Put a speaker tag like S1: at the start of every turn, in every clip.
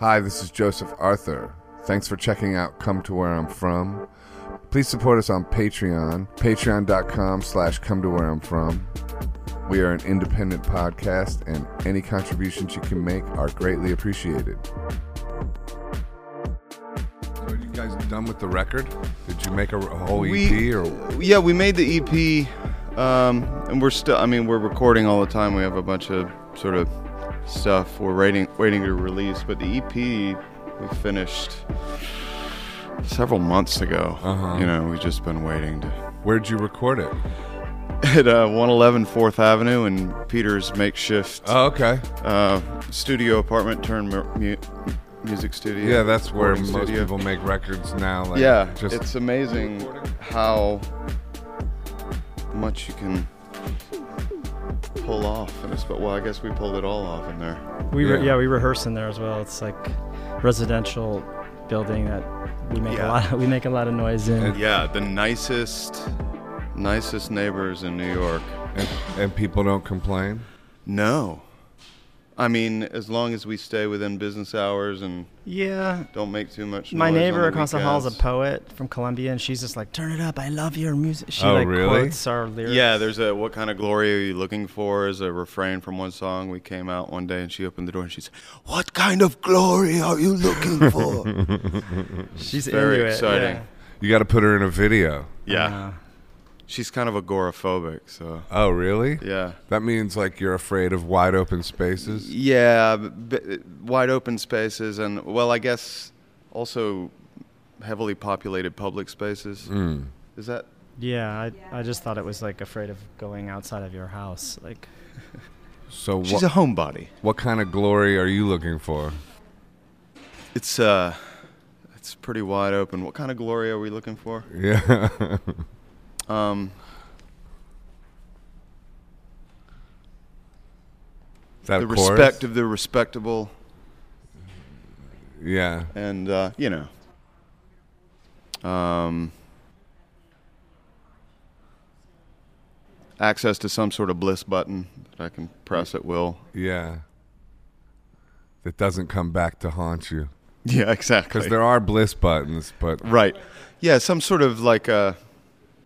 S1: Hi, this is Joseph Arthur. Thanks for checking out Come to Where I'm From. Please support us on Patreon, patreon.com slash come to where I'm from. We are an independent podcast, and any contributions you can make are greatly appreciated. So are you guys done with the record? Did you make a, a whole EP
S2: We-
S1: E or
S2: Yeah, we made the EP, um, and we're still. I mean, we're recording all the time. We have a bunch of sort of stuff we're waiting waiting to release, but the EP we finished several months ago.
S1: Uh-huh.
S2: You know, we've just been waiting to
S1: where'd you record it?
S2: at uh, 111 Fourth Avenue in Peter's makeshift
S1: Oh, okay.
S2: uh, studio apartment turned mu- mu- music studio.
S1: Yeah, that's where
S2: recording
S1: most
S2: studio.
S1: people make records now. Like,
S2: yeah,
S1: just
S2: it's amazing how much you can pull off in this. But well, I guess we pulled it all off in there.
S3: We re-
S1: Yeah.
S3: yeah. we rehearse in there as well. It's like residential building that we make
S2: Yeah.
S3: a lot we make a lot of noise in.
S1: And-
S2: Yeah, the nicest, nicest neighbors in New York.
S1: and, and people don't complain.
S2: No, I mean as long as we stay within business hours and
S3: yeah.
S2: don't make too much.
S3: My
S2: noise on
S3: neighbor across the hall is a
S2: weekends.
S3: poet from Columbia, and she's just like, "Turn it up! I love your music." She
S1: Oh,
S3: like
S1: really?
S3: quotes our lyrics.
S2: Yeah, there's a what kind of glory are you looking for is a refrain from one song. We came out one day and she opened the door and she said, What kind of glory are you looking for?
S3: she's
S2: very
S3: into
S2: exciting.
S3: It.
S1: You got to put her in a video.
S2: yeah. She's kind of agoraphobic, so
S1: Oh, really?
S2: yeah.
S1: That means like you're afraid of wide open spaces.
S2: Yeah, b- b- wide open spaces and well, I guess also heavily populated public spaces.
S1: Mm.
S2: Is that
S3: Yeah, yeah I, I just thought it was like afraid of going outside of your house. Like,
S1: So
S2: She's
S1: what,
S2: a homebody.
S1: what kind of glory are you looking for?
S2: It's uh it's pretty wide open. What kind of glory are we looking for?
S1: Yeah.
S2: Um
S1: that
S2: the
S1: chorus?
S2: respect of the respectable
S1: Yeah.
S2: and uh, you know um, access to some sort of bliss button that i can press at will
S1: Yeah. That doesn't come back to haunt you
S2: yeah exactly
S1: because there are bliss buttons, but
S2: right yeah some sort of like a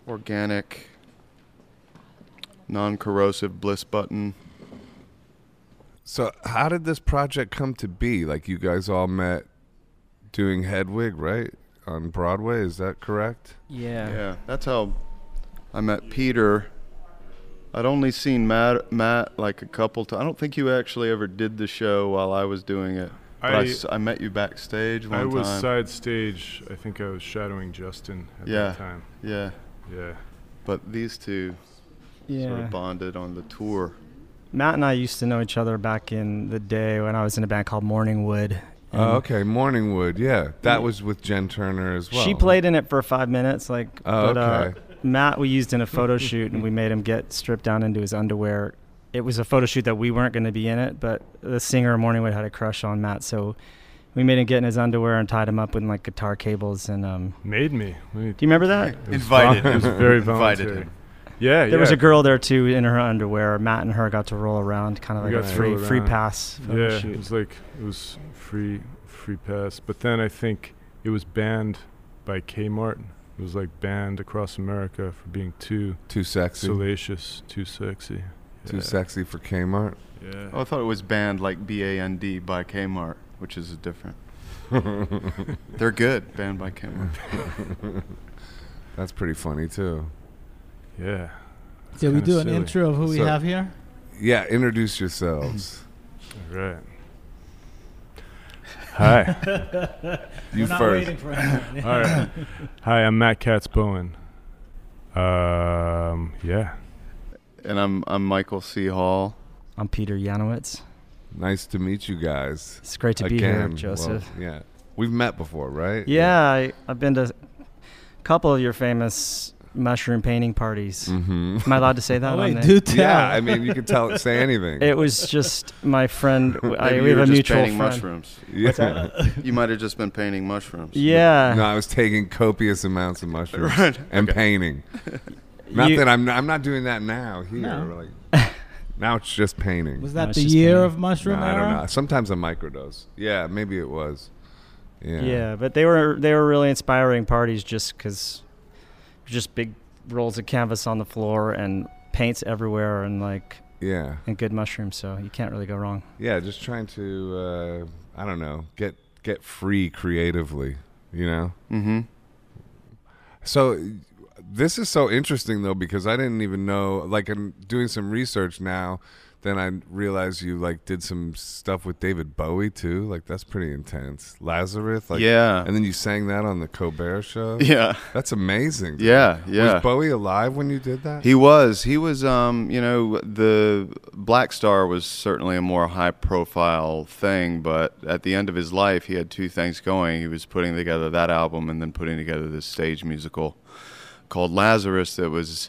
S2: organic non-corrosive bliss button
S1: so how did this project come to be? Like you guys all met doing Hedwig, right? On Broadway, is that correct?
S3: yeah,
S2: yeah that's how i met peter i'd only seen matt matt like a couple times i don't think you actually ever did the show while i was doing it But I,
S4: I-
S2: s- I met you backstage one
S4: I was
S2: time.
S4: side stage. I think I was shadowing Justin at
S2: Yeah.
S4: that time.
S2: yeah,
S4: Yeah.
S2: but these two
S3: yeah.
S2: sort of bonded on the tour.
S3: Matt and I used to know each other back in the day when I was in a band called Morningwood.
S1: Oh, okay, Morningwood. Yeah, that was with Jen Turner as well.
S3: She played in it for five minutes, like.
S1: Oh,
S3: but,
S1: okay.
S3: uh, Matt, we used in a photo shoot, and we made him get stripped down into his underwear. It was a photo shoot that we weren't going to be in it, but the singer of Morningwood had a crush on Matt, so we made him get in his underwear and tied him up with like guitar cables. And um,
S4: Made me. We-
S3: do you remember that?
S4: it was
S2: Invited him.
S4: vol- It was very
S2: Invited
S4: voluntary.
S2: him.
S4: Yeah.
S3: There was a girl there too in her underwear. Matt and her got to roll around, kind of
S4: We
S3: like a
S4: got to
S3: free
S4: roll
S3: free
S4: around.
S3: pass photo
S4: Yeah. It
S3: shoot.
S4: was like it was free free pass. But then I think it was banned by Kmart. It was like banned across America for being too
S1: Too sexy.
S4: salacious, too sexy.
S1: Too
S4: Yeah.
S1: sexy for Kmart.
S4: Yeah.
S2: Oh, I thought it was banned like B A N D by Kmart, which is different. They're good, banned by Kmart.
S1: That's pretty funny too.
S4: Yeah. It's
S5: Did we
S4: kinda
S5: do an
S4: silly.
S5: intro of who we
S1: So-
S5: have here?
S1: Yeah, introduce yourselves.
S4: All right. Hi.
S1: you
S5: We're not
S1: first.
S5: waiting for anyone.
S4: All right. Hi, I'm Matt Katz Bowen. Um, yeah.
S2: And I'm I'm Michael C. Hall.
S3: I'm Peter Yanowitz.
S1: Nice to meet you guys.
S3: It's great to be here,
S1: Again.
S3: Joseph.
S1: Well, yeah. We've met before, right?
S3: Yeah, I, I've been to a couple of your famous mushroom painting parties.
S1: Mm-hmm.
S3: Am I allowed to say that? on
S5: Oh, wait,
S3: there?
S5: do tell.
S1: Yeah, I mean, you can tell, say anything.
S3: It was just my friend. I,
S2: Maybe
S3: we
S2: you
S3: have
S2: were
S3: a
S2: just
S3: mutual
S2: painting
S3: friend.
S2: mushrooms.
S1: yeah.
S2: You might have just been painting mushrooms.
S3: Yeah.
S1: No, I was taking copious amounts of mushrooms
S2: Right.
S1: and painting. Not
S3: You-
S1: that I'm not, I'm not doing that now here.
S5: No.
S1: Like, Now it's just painting.
S5: Was
S3: No,
S5: that
S3: it's
S5: the
S3: just
S5: year
S3: painting.
S5: of mushroom
S1: Nah, I
S5: era?
S1: don't know. Sometimes a microdose. Yeah, maybe it was. Yeah.
S3: Yeah. but they were they were really inspiring parties just because just big rolls of canvas on the floor and paints everywhere and like
S1: Yeah.
S3: and good mushrooms, so you can't really go wrong.
S1: Yeah, just trying to uh, I don't know, get get free creatively, you know?
S2: Mm-hmm.
S1: So this is so interesting though because I didn't even know like I'm doing some research now then I realized you like did some stuff with David Bowie too. Like that's pretty intense. Lazarus like
S2: yeah.
S1: and then you sang that on the Colbert show.
S2: yeah.
S1: That's amazing. dude.
S2: Yeah. Yeah.
S1: Was Bowie alive when you did that?
S2: He was. He was. Um, you know, the Black Star was certainly a more high-profile thing, but at the end of his life, he had two things going. He was putting together that album, and then putting together this stage musical called Lazarus that was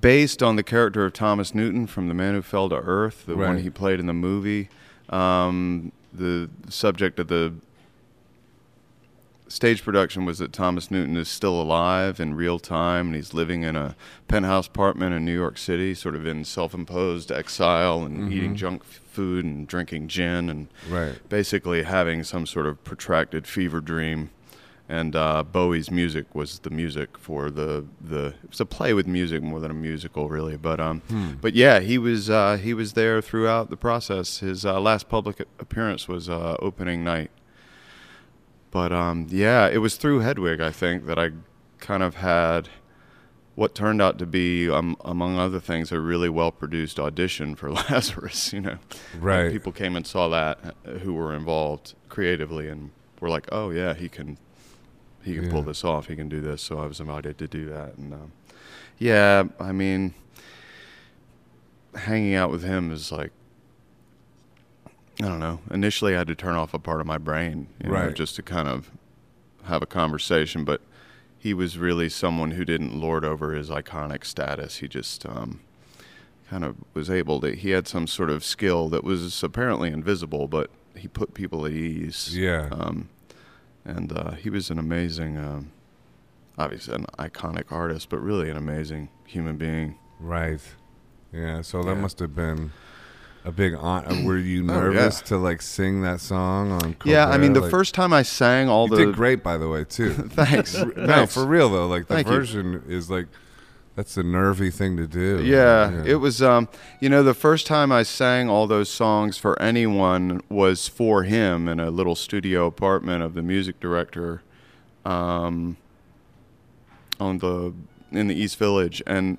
S2: based on the character of Thomas Newton from The Man Who Fell to Earth, the one
S1: Right.
S2: he played in the movie. Um, the subject of the stage production was that Thomas Newton is still alive in real time and he's living in a penthouse apartment in New York City, sort of in self imposed exile and eating junk f- food and drinking gin and
S1: right.
S2: basically having some sort of protracted fever dream. And uh, Bowie's music was the music for the the. It was a play with music more than a musical, really. But um,
S1: Hmm.
S2: but yeah, he was uh, he was there throughout the process. His uh, last public appearance was uh, opening night. But um, yeah, it was through Hedwig, I think, that I kind of had what turned out to be, um, among other things, a really well produced audition for Lazarus. You know, like,
S1: Right.
S2: people came and saw that uh, who were involved creatively and were like, "Oh yeah, he can, he can pull
S1: Yeah.
S2: this off. He can do this." So I was invited to do that, and um, yeah, I mean, hanging out with him is like. I don't know. Initially, I had to turn off a part of my brain, you know,
S1: Right.
S2: just to kind of have a conversation. But he was really someone who didn't lord over his iconic status. He just um, kind of was able to. He had some sort of skill that was apparently invisible, but he put people at ease.
S1: Yeah.
S2: Um, and uh, he was an amazing, um, obviously an iconic artist, but really an amazing human being.
S1: Right. Yeah. So that
S2: Yeah. Oh,
S1: must have been a big on. Were you nervous to like sing that song on? Colbert?
S2: yeah, I mean, the
S1: Like,
S2: first time I sang all
S1: you
S2: the
S1: did great, by the way, too.
S2: thanks,
S1: no,
S2: thanks.
S1: for real though. Like the
S2: Thank you.
S1: version is like that's a nervy thing to do.
S2: Yeah, it was. Um, you know, the first time I sang all those songs for anyone was for him in a little studio apartment of the music director, um, on the in the East Village. And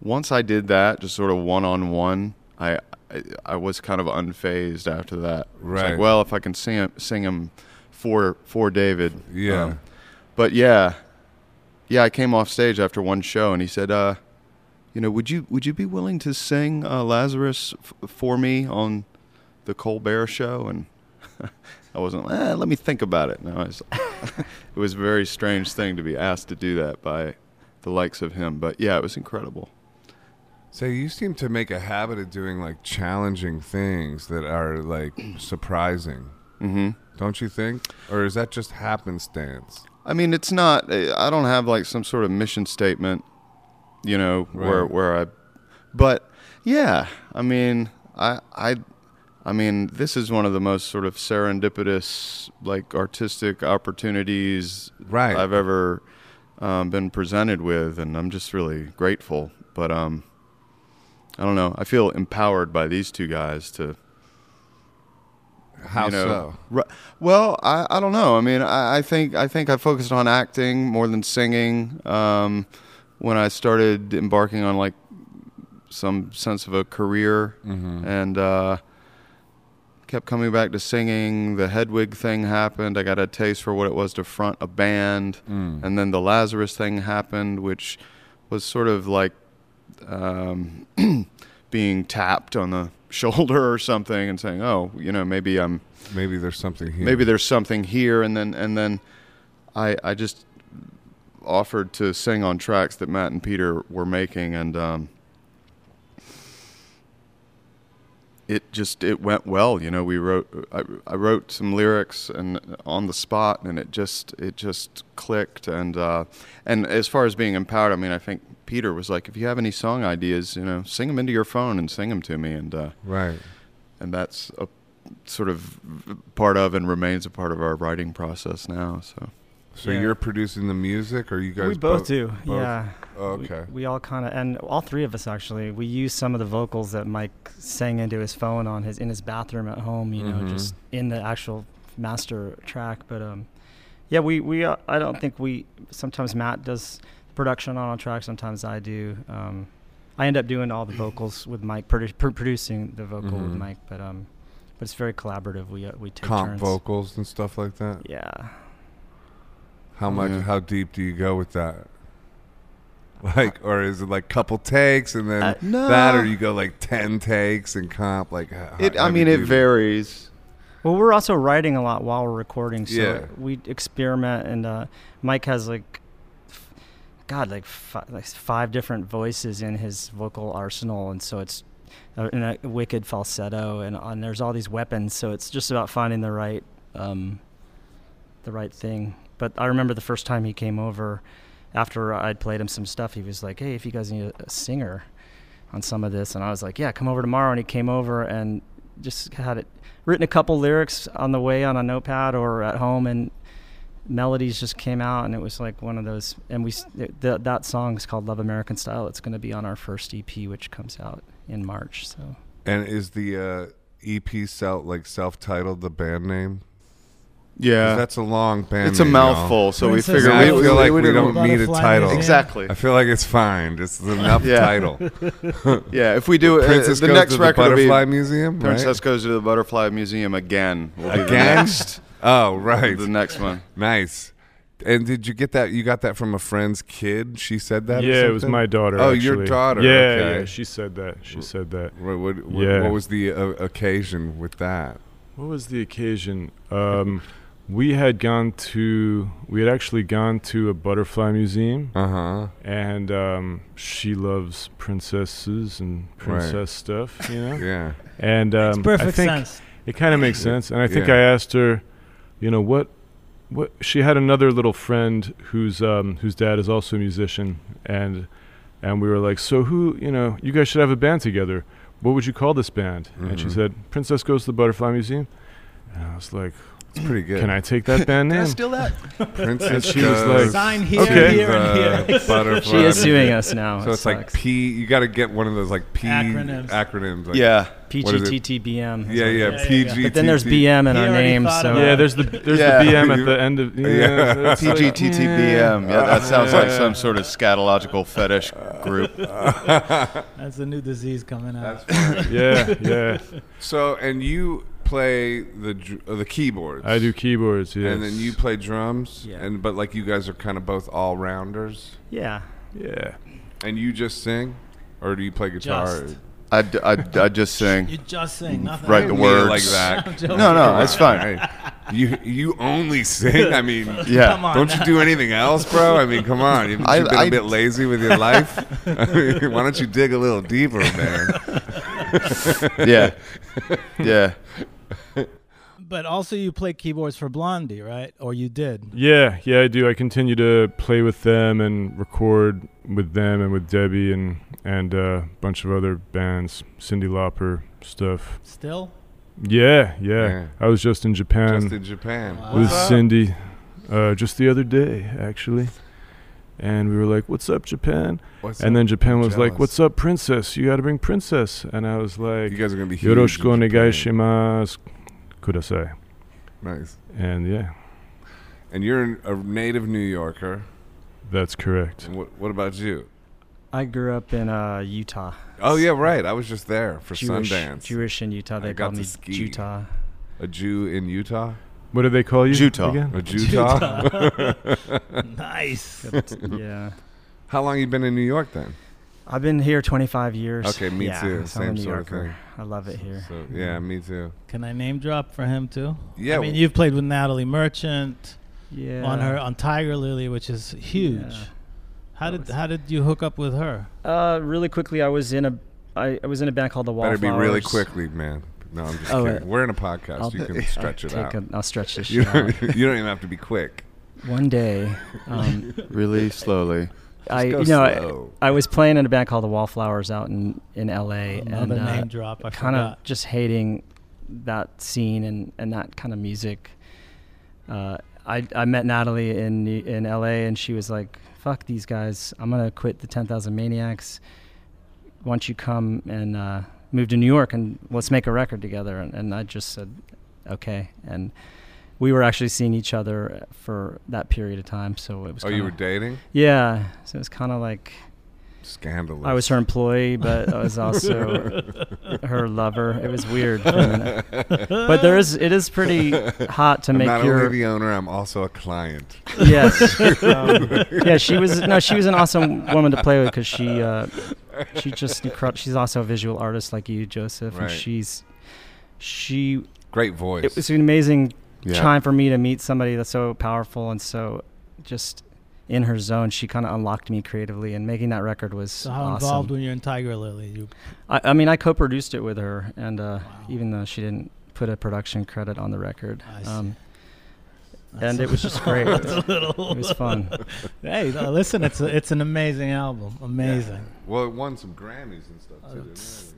S2: once I did that, just sort of one on one, I I- I was kind of unfazed after that. It's
S1: Right.
S2: Like, well, if I can sing it- sing him for for David.
S1: Yeah.
S2: um, but yeah, yeah, I came off stage after one show, and he said, uh, "You know, would you would you be willing to sing uh, Lazarus f- for me on the Colbert Show?" And I wasn't. Eh, let me think about it. No, I was, it was a very strange thing to be asked to do that by the likes of him. But yeah, it was incredible.
S1: So you seem to make a habit of doing like challenging things that are like surprising.
S2: Mm-hmm.
S1: Don't you think? Or is that just happenstance?
S2: I mean, it's not. eh, I don't have like some sort of mission statement, you know, where
S1: Right.
S2: where I. But yeah, I mean, I I, I mean, this is one of the most sort of serendipitous, like artistic opportunities
S1: Right.
S2: I've ever um, been presented with, and I'm just really grateful. But um, I don't know. I feel empowered by these two guys to
S1: How
S2: you know,
S1: so?
S2: Ri- well, I, I don't know. I mean, I, I think I think I focused on acting more than singing um, when I started embarking on like some sense of a career,
S1: Mm-hmm.
S2: and uh, kept coming back to singing. The Hedwig thing happened. I got a taste for what it was to front a band,
S1: Mm.
S2: and then the Lazarus thing happened, which was sort of like um, being tapped on the shoulder or something and saying, "Oh, you know, maybe I'm."
S1: Maybe there's something here.
S2: maybe there's something here and then and then I I just offered to sing on tracks that Matt and Peter were making and um it just it went well. You know, we wrote I, I wrote some lyrics and uh, on the spot, and it just it just clicked. And uh, and as far as being empowered, I mean, I think Peter was like, if you have any song ideas, you know, sing them into your phone and sing them to me. And uh,
S1: Right.
S2: and that's a sort of part of and remains a part of our writing process now. So
S1: So
S3: Yeah.
S1: you're producing the music, or you guys?
S3: we both, do.
S1: both?
S3: Yeah.
S1: Oh,
S3: We-
S1: okay.
S3: We, all kind of, and all three of us actually, we used some of the vocals that Mike sang into his phone on his in his bathroom at home. You
S1: Mhm.
S3: know, just in the actual master track. But um, yeah, we we uh, I don't think we sometimes Matt does production on a track. Sometimes I do. Um, I end up doing all the vocals with Mike, produ- pr- producing the vocal with
S1: Mhm.
S3: Mike. But um, but it's very collaborative. We uh, we take
S1: Comp
S3: turns.
S1: vocals and stuff like that.
S3: Yeah.
S1: How much?
S2: Yeah.
S1: How deep do you go with that? Like, or is it like couple takes and then
S3: Uh,
S2: no,
S1: that, or you go like ten takes and comp? Like, h-
S2: it,
S1: how
S2: I
S1: do
S2: mean,
S1: you
S2: it
S1: do that?
S2: varies.
S3: Well, we're also writing a lot while we're recording, so
S1: Yeah.
S3: we experiment. And uh, Mike has like, f- God, like, fi- like five different voices in his vocal arsenal, and so it's uh, in a wicked falsetto, and, uh, and there's all these weapons. So it's just about finding the right, um, the right thing. But I remember the first time he came over, after I'd played him some stuff, he was like, "Hey, if you guys need a, a singer." on some of this and I was like, "Yeah, come over tomorrow." And he came over and just had it written a couple lyrics on the way on a notepad or at home and melodies just came out and it was like one of those and we s- th- th- that song is called Love American Style. It's going to be on our first EP which comes out in March. So
S1: And is the uh, EP self like self-titled the band name? 'Cause
S2: Yeah,
S1: that's a long band.
S2: it's a
S1: name, y'all.
S2: mouthful. So we
S5: Princess
S2: figure
S1: Yeah,
S5: Bride.
S1: I
S2: we,
S1: feel like
S2: we
S1: we
S2: don't-
S1: don't need a
S5: Butterfly
S1: title.
S5: Museum.
S2: exactly.
S1: I feel like it's fine. It's enough
S2: Yeah.
S1: title.
S2: Yeah, if we do it,
S1: Princess
S2: the
S1: goes
S2: next
S1: to the
S2: record will be
S1: Butterfly Museum. right?
S2: Princess goes to the Butterfly Museum again. Will be the
S1: Again?
S2: next-
S1: Oh, right.
S2: The next one.
S1: Nice. And did you get that? You got that from a friend's kid? She said that. or
S4: yeah, it was
S1: something?
S4: my daughter.
S1: Oh, your
S4: actually.
S1: daughter,
S4: Yeah,
S1: okay.
S4: yeah. She said that. She said that.
S1: What, what, what,
S4: Yeah.
S1: what was the uh, occasion with that?
S4: What was the occasion? Um, we had gone to. We had actually gone to a butterfly museum,
S1: Uh huh.
S4: and um, she loves princesses and princess stuff, you know.
S1: Yeah.
S4: And um,
S5: It's perfect
S4: I think
S5: sense.
S4: It kind of makes sense, and I think
S1: Yeah.
S4: I asked her, you know, what, what she had another little friend whose um, whose dad is also a musician, and and we were like, so who, you know, you guys should have a band together. What would you call this band? And she
S1: Mhm.
S4: said, Princess Goes to the Butterfly Museum. And I was like,
S1: It's pretty good.
S4: can I take that band name?
S2: that?
S1: Princess
S4: And she was
S1: goes
S4: like-
S5: Sign here,
S4: Okay.
S5: here, and
S1: the
S5: here.
S1: Butterfly
S3: she is suing
S1: Museum.
S3: us now.
S1: So
S3: It
S1: it's like
S3: sucks.
S1: P. You got to get one of those like P
S5: Acronyms.
S1: Acronyms. Like,
S2: Yeah.
S1: what is it?
S3: PGTTBM. is
S1: Yeah.
S3: what it
S1: Yeah.
S3: is.
S5: yeah.
S1: PG.
S3: But then there's BM in
S5: He
S3: our
S5: already
S3: name,
S5: thought
S3: so
S5: about
S4: yeah,
S5: it.
S4: there's the there's
S2: Yeah.
S4: the BM at the end of yeah.
S1: Yeah.
S4: that's like-
S2: PGTTBM. Yeah, that sounds like some sort of scatological fetish group.
S5: That's a new disease coming out.
S4: Yeah, yeah.
S1: So and you play the dr- uh, the keyboards.
S4: I do keyboards. Yes.
S1: And then you play drums.
S3: Yeah.
S1: And but like you guys are kind of both all rounders.
S3: yeah.
S4: Yeah.
S1: And you just sing, or do you play guitar?
S5: Just.
S2: I, d- I, d- I just
S5: You
S2: sing.
S5: just sing nothing.
S1: I
S2: Right,
S1: didn't
S2: the
S1: mean it
S2: words.
S1: like that.
S5: Joking.
S2: No, no, it's fine.
S1: Hey, you you only sing. I mean,
S2: Yeah.
S5: Come on.
S1: don't you do anything else, bro? I mean, come on. You've,
S2: I-
S1: you've been a
S2: I-
S1: bit lazy with your life. I mean, why don't you dig a little deeper, man?
S2: Yeah. Yeah.
S5: But also, you play keyboards for Blondie, right? Or you did.
S4: Yeah, yeah, I do. I continue to play with them and record with them and with Debbie and and uh, a bunch of other bands, Cindy Lauper stuff.
S5: Still?
S4: Yeah, yeah.
S1: Yeah.
S4: I was just in Japan
S1: Just in Japan.
S5: Wow.
S4: with
S1: What's up?
S4: Cindy uh, just the other day, actually. And we were like, "What's up, Japan?"
S1: What's
S4: and
S1: up?
S4: then Japan was like,
S1: Jealous.
S4: "What's up, princess? You got to bring princess." And I was
S1: you
S4: like,
S1: guys are gonna be huge. in
S4: "Yoroshiku onegai
S1: Japan.
S4: shimasu, kudasai."
S1: Nice.
S4: And yeah,
S1: And you're a native New Yorker.
S4: that's correct.
S1: And what, what about you?
S3: I grew up in uh, Utah.
S1: Oh yeah, right. I was just there for
S3: Jewish,
S1: Sundance.
S3: Jewish in Utah. They
S1: got
S3: call
S1: to
S3: me
S1: ski.
S3: Utah.
S1: A Jew in Utah.
S4: What do they call you?
S2: Juta.
S4: Again?
S1: A Utah.
S5: nice.
S3: yeah.
S1: How long you been in New York then?
S3: I've been here 25 years.
S1: Okay, me
S3: Yeah,
S1: too.
S3: so I'm a
S1: Same
S3: New
S1: sort of
S3: Yorker.
S1: thing.
S3: I love it here.
S1: So, yeah,
S3: Mm-hmm.
S1: me too.
S5: Can I name drop for him too?
S1: Yeah.
S5: I mean, you've played with Natalie Merchant
S3: Yeah.
S5: on her on Tiger Lily, which is huge.
S3: Yeah. That
S5: How did
S3: was-
S5: how did you hook up with her?
S3: Uh, really quickly, I was in a I, I was in a band called the
S1: Better
S3: Wallflowers.
S1: be really quickly, man. No, I'm just
S3: Oh,
S1: kidding.
S3: uh,
S1: We're in a podcast. you can
S3: I'll
S1: stretch it
S3: take
S1: out.
S3: A, I'll stretch this
S1: you,
S3: shit
S1: don't,
S3: out.
S1: you don't even have to be quick.
S3: One day, um,
S2: Really slowly.
S3: I
S1: go
S3: you know
S1: slow.
S3: I, I was playing in a band called the Wallflowers out in in L.A. and
S5: Another name
S3: uh,
S5: drop. I
S3: kind
S5: forgot.
S3: of just hating that scene and and that kind of music. Uh, I I met Natalie in New- in L.A. and she was like, "Fuck these guys! I'm gonna quit the Ten Thousand Maniacs. Why don't you come and uh, move to New York and let's make a record together?" And, and I just said, "Okay." And we were actually seeing each other for that period of time, so it was.
S1: Oh, you
S3: kinda-
S1: were dating?
S3: yeah, so it was kind of like
S1: Scandalous.
S3: I was her employee, but I was also her lover. It was weird. but there is, it is pretty hot to
S1: I'm
S3: make
S1: not
S3: your
S1: only the owner, I'm also a client.
S3: yes, um, yeah. She was no, she was an awesome woman to play with because she, uh, she just incredible. She's also a visual artist like you, Joseph,
S1: Right.
S3: and she's she.
S1: Great voice.
S3: It was an amazing
S2: Yeah.
S3: time for me to meet somebody that's so powerful and so just in her zone. She kind of unlocked me creatively, and making that record was
S5: so how
S3: awesome.
S5: involved when you're in Tiger Lily? You,
S3: I, I mean, I co-produced it with her, and uh, even though she didn't put a production credit on the record,
S5: I see.
S3: um,
S5: that's
S3: and
S5: a-
S3: it was just great.
S5: that's
S3: it
S5: a little.
S3: was fun.
S5: hey, uh, listen, it's a, it's an amazing album. Amazing.
S1: well, it won some Grammys and stuff, too.
S5: Uh,
S1: didn't
S5: it's-
S1: it?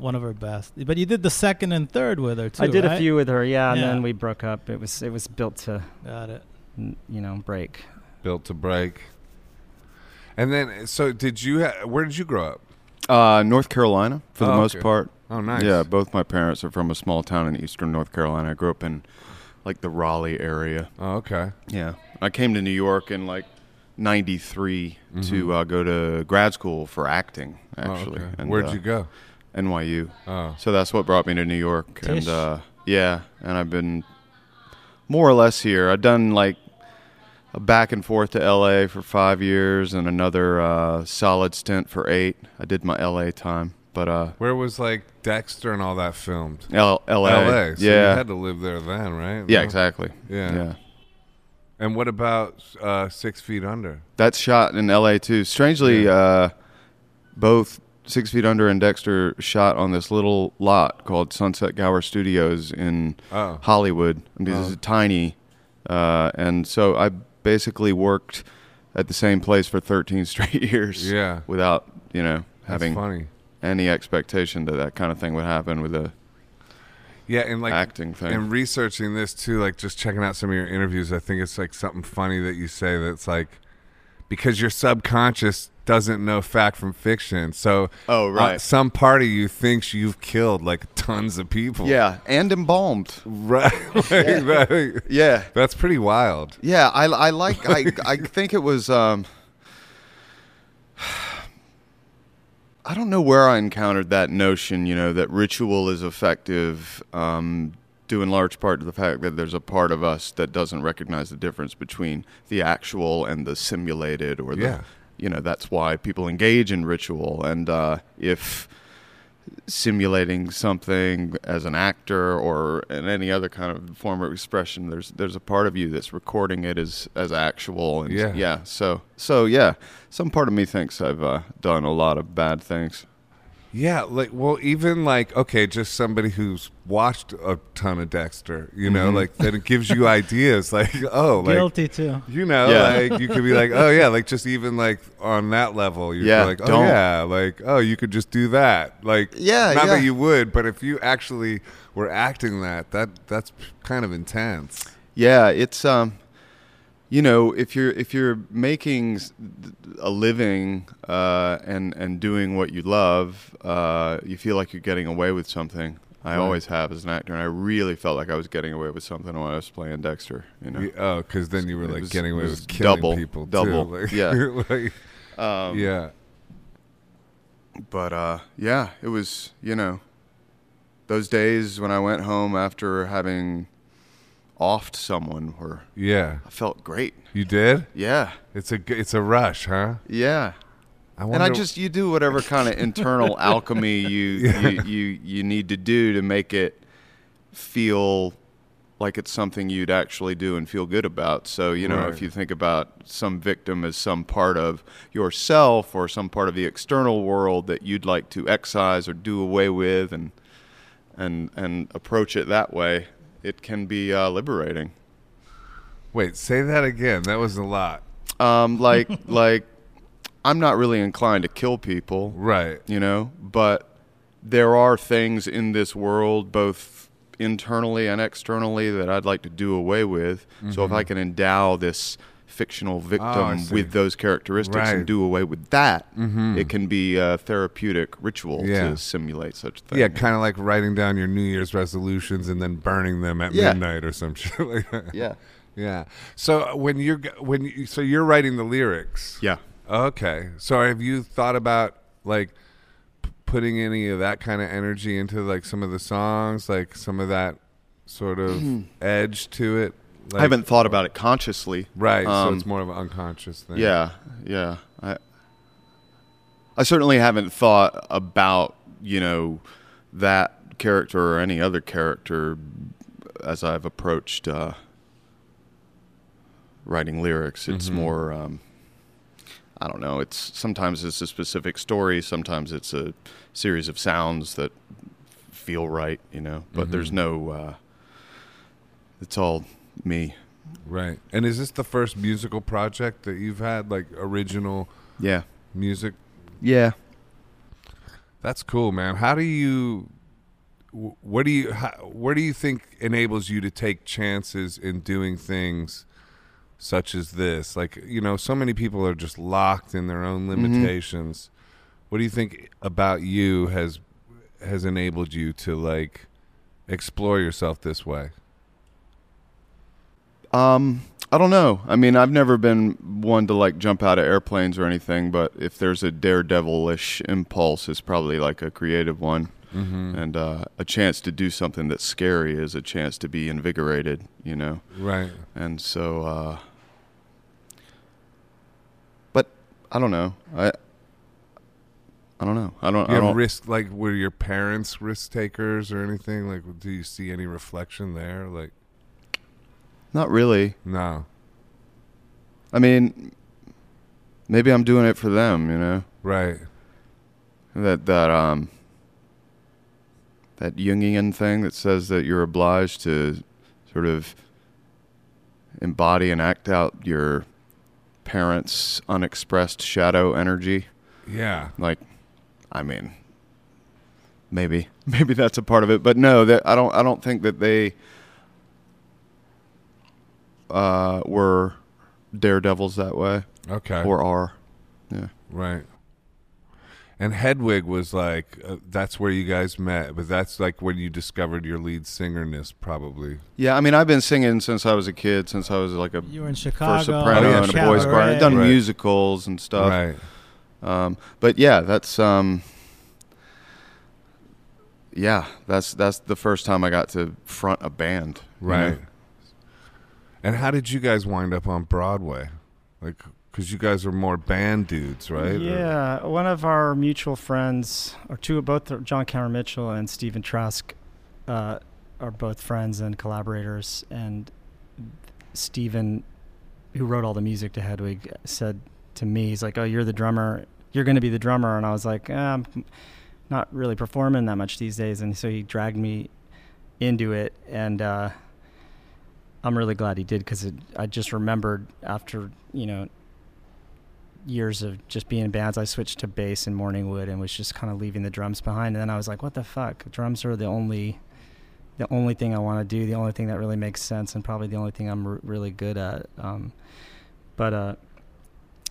S5: One of her best. But you did the second and third with her too.
S3: I did a
S5: right?
S3: few with her, yeah, and
S5: Yeah.
S3: then we broke up. It was it was built to
S5: Got it.
S3: n- you know break.
S1: Built to break. And then, so did you, ha- where did you grow up?
S2: Uh, North Carolina for the
S1: Oh,
S2: most
S1: okay.
S2: part.
S1: Oh, nice.
S2: Yeah, both my parents are from a small town in eastern North Carolina. I grew up in like the Raleigh area.
S1: Oh, okay.
S2: Yeah. I came to New York in like 93 to uh, go to grad school for acting, actually.
S1: Mm-hmm. oh, okay.
S2: And,
S1: Where'd
S2: uh,
S1: you go?
S2: NYU.
S1: Oh,
S2: So that's what brought me to New York.
S5: Tish.
S2: And uh, yeah, and I've been more or less here. I've done like a back and forth to LA for five years and another uh, solid stint for eight. I did my LA time, but uh,
S1: where was like Dexter and all that filmed?
S2: L- LA.
S1: L.A. So you
S2: yeah.
S1: had to live there then, right?
S2: Yeah, exactly.
S1: Yeah.
S2: Yeah.
S1: And what about uh, Six Feet Under?
S2: That's shot in LA too. Strangely, uh, both Six Feet Under and Dexter shot on this little lot called Sunset Gower Studios in
S1: Oh. Uh-huh.
S2: Hollywood. I mean, this is tiny, uh, and so I basically worked at the same place for 13 straight years.
S1: Yeah.
S2: without you know
S1: That's
S2: having
S1: funny.
S2: any expectation that that kind of thing would happen with a
S1: Yeah, and like
S2: acting thing.
S1: and researching this too, like just checking out some of your interviews, I think it's like something funny that you say that's like because your subconscious doesn't know fact from fiction. So
S2: Oh,
S1: uh,
S2: right.
S1: some part of you thinks you've killed like tons of people.
S2: yeah, and embalmed.
S1: Right. Like, that-
S2: Yeah,
S1: that's pretty wild.
S2: Yeah, I, I like I I think it was um I don't know where I encountered that notion, you know, that ritual is effective um due in large part to the fact that there's a part of us that doesn't recognize the difference between the actual and the simulated or the
S1: Yeah.
S2: you know, that's why people engage in ritual and uh if simulating something as an actor or in any other kind of form of expression there's there's a part of you that's recording it as as actual and
S1: Yeah.
S2: so so yeah some part of me thinks i've uh, done a lot of bad things
S1: Yeah, like well, even like okay, just somebody who's watched a ton of Dexter, you know,
S2: Mm-hmm.
S1: like that it gives you ideas, like oh, like
S5: Guilty too.
S1: you know,
S2: Yeah.
S1: like you could be like, oh yeah, like just even like on that level, you're
S2: Yeah,
S1: like, oh
S2: don't.
S1: yeah, like oh you could just do that, like
S2: Yeah,
S1: not
S2: yeah.
S1: that you would, but if you actually were acting that, that that's p- kind of intense.
S2: yeah it's um you know if you're if you're making s- a living uh and and doing what you love uh you feel like you're getting away with something I always have as an actor, and I really felt like I was getting away with something when I was playing Dexter. You know,
S1: You- oh, because then you were
S2: It
S1: like
S2: was-
S1: getting away
S2: it
S1: with
S2: was
S1: killing
S2: double,
S1: people, too,
S2: double,
S1: like-
S2: yeah.
S1: like,
S2: um,
S1: yeah,
S2: but uh, yeah, it was you know those days when I went home after having offed someone were
S1: yeah.
S2: I felt great.
S1: You did.
S2: Yeah,
S1: It's a g- it's a rush, huh?
S2: yeah.
S1: I
S2: And I
S1: wonder-
S2: just you do whatever kind of internal alchemy you, you you you need to do to make it feel like it's something you'd actually do and feel good about. So, you know,
S1: Right.
S2: if you think about some victim as some part of yourself or some part of the external world that you'd like to excise or do away with and and and approach it that way, it can be uh, liberating.
S1: Wait, say that again. That was a lot.
S2: Um, like like I'm not really inclined to kill people.
S1: Right.
S2: you know but there are things in this world both internally and externally that i'd like to do away with so if i can endow this fictional
S1: Mm-hmm. Oh, I
S2: victim
S1: see.
S2: with those characteristics
S1: Right. Mm-hmm.
S2: and do away with that it can be a therapeutic ritual
S1: Yeah.
S2: to simulate such things
S1: Yeah, kind of like writing down your New Year's resolutions and then burning them at
S2: Yeah.
S1: midnight or some shit like that.
S2: yeah
S1: Yeah. So uh, when you're g- when you, so you're writing the lyrics.
S2: yeah
S1: Okay. So have you thought about like p- putting any of that kind of energy into like some of the songs, like some of that sort of edge to it? Like,
S2: i haven't thought about it consciously
S1: Right. so
S2: um,
S1: it's more of an unconscious thing.
S2: Yeah, yeah. I I certainly haven't thought about you know that character or any other character as I've approached uh, writing lyrics. It's more. Um, I don't know. It's sometimes it's a specific story. Sometimes it's a series of sounds that feel right. You know, but there's no. Uh, it's all me.
S1: Right. And is this the first musical project that you've had, like original
S2: Yeah.
S1: music
S2: Yeah.
S1: That's cool, man. How do you? wh- What do you? How, where do you think enables you to take chances in doing things such as this? Like you know, so many people are just locked in their own limitations. What do you think about you has has enabled you to like explore yourself this way?
S2: Um, I don't know. I mean, I've never been one to like jump out of airplanes or anything, but if there's a daredevilish impulse, it's probably like a creative one.
S1: Mm-hmm.
S2: And uh, a chance to do something that's scary is a chance to be invigorated, you know?
S1: Right.
S2: And so, uh, but I don't know. I, I don't know. I don't,
S1: You
S2: I
S1: have
S2: don't,
S1: risk like were your parents risk takers or anything? Like, do you see any reflection there? Like,
S2: not really.
S1: no.
S2: I mean, maybe I'm doing it for them, you know?
S1: Right.
S2: that that um that Jungian thing that says that you're obliged to sort of embody and act out your parents' unexpressed shadow energy.
S1: Yeah.
S2: Like, I mean, maybe maybe that's a part of it, but no, that I don't I don't think that they uh, were daredevils that way
S1: Okay.
S2: or are. Yeah.
S1: Right. And Hedwig was like, uh, that's where you guys met, but that's like when you discovered your lead singerness, probably.
S2: Yeah, I mean, I've been singing since I was a kid, since I was like a
S5: You were in Chicago.
S2: for soprano
S1: Oh, yeah,
S2: and a
S1: Chicago,
S2: boys choir. I've done
S1: Right.
S2: musicals and stuff.
S1: right.
S2: Um, but yeah, that's um, yeah, that's that's the first time I got to front a band. you know?
S1: Right. And how did you guys wind up on Broadway? Like, because you guys are more band dudes, right? Or-
S3: Yeah, one of our mutual friends, or two, both are- John Cameron Mitchell and Stephen Trask, uh, are both friends and collaborators. And Stephen, who wrote all the music to Hedwig, said to me, "He's like, oh, you're the drummer. You're going to be the drummer." And I was like, eh, "I'm not really performing that much these days." And so he dragged me into it, and uh, I'm really glad he did because I just remembered after you know years of just being in bands, I switched to bass and Morningwood and was just kind of leaving the drums behind. And then I was like, what the fuck? Drums are the only, the only thing I want to do, the only thing that really makes sense, and probably the only thing I'm r- really good at. Um, but uh,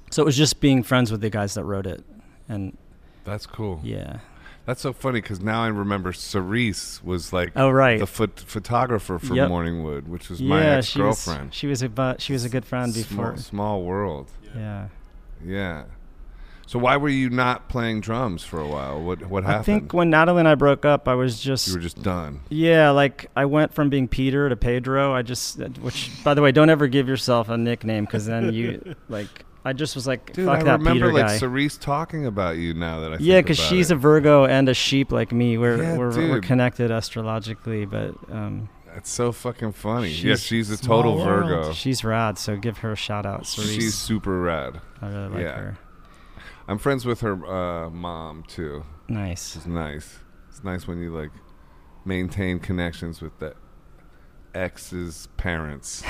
S3: so it was just being friends with the guys that wrote it, and
S1: That's cool.
S3: yeah.
S1: That's so funny because now I remember Cerise was like
S3: Oh right.
S1: the phot- photographer for
S3: Yep.
S1: Morningwood, which was
S3: yeah,
S1: my ex
S3: she was-
S1: girlfriend.
S3: She was, a bu- she was a good friend before.
S1: Small, small world.
S3: Yeah.
S1: Yeah. So why were you not playing drums for a while? What what happened?
S3: I think when Natalie and I broke up, I was
S1: you
S3: just
S1: were just done.
S3: Yeah, like I went from being Peter to Pedro. I just, which by the way, don't ever give yourself a nickname because then you like. I just was like,
S1: Dude,
S3: fuck
S1: I
S3: that
S1: remember
S3: Peter
S1: like
S3: guy.
S1: Cerise talking about you now that I
S3: yeah,
S1: think
S3: because
S1: about
S3: she's
S1: it.
S3: a Virgo and a sheep like me. We're
S1: Yeah,
S3: we're, we're
S1: dude.
S3: connected astrologically, but um,
S1: That's so fucking funny. yeah,
S3: She's
S1: she's a
S5: small
S1: total
S5: world.
S1: Virgo.
S3: She's rad, so give her a shout out. Cerise.
S1: Oh. She's super rad.
S3: I really like
S1: yeah.
S3: her.
S1: I'm friends with her uh, mom too.
S3: Nice.
S1: It's nice. It's nice when you like maintain connections with the ex's parents.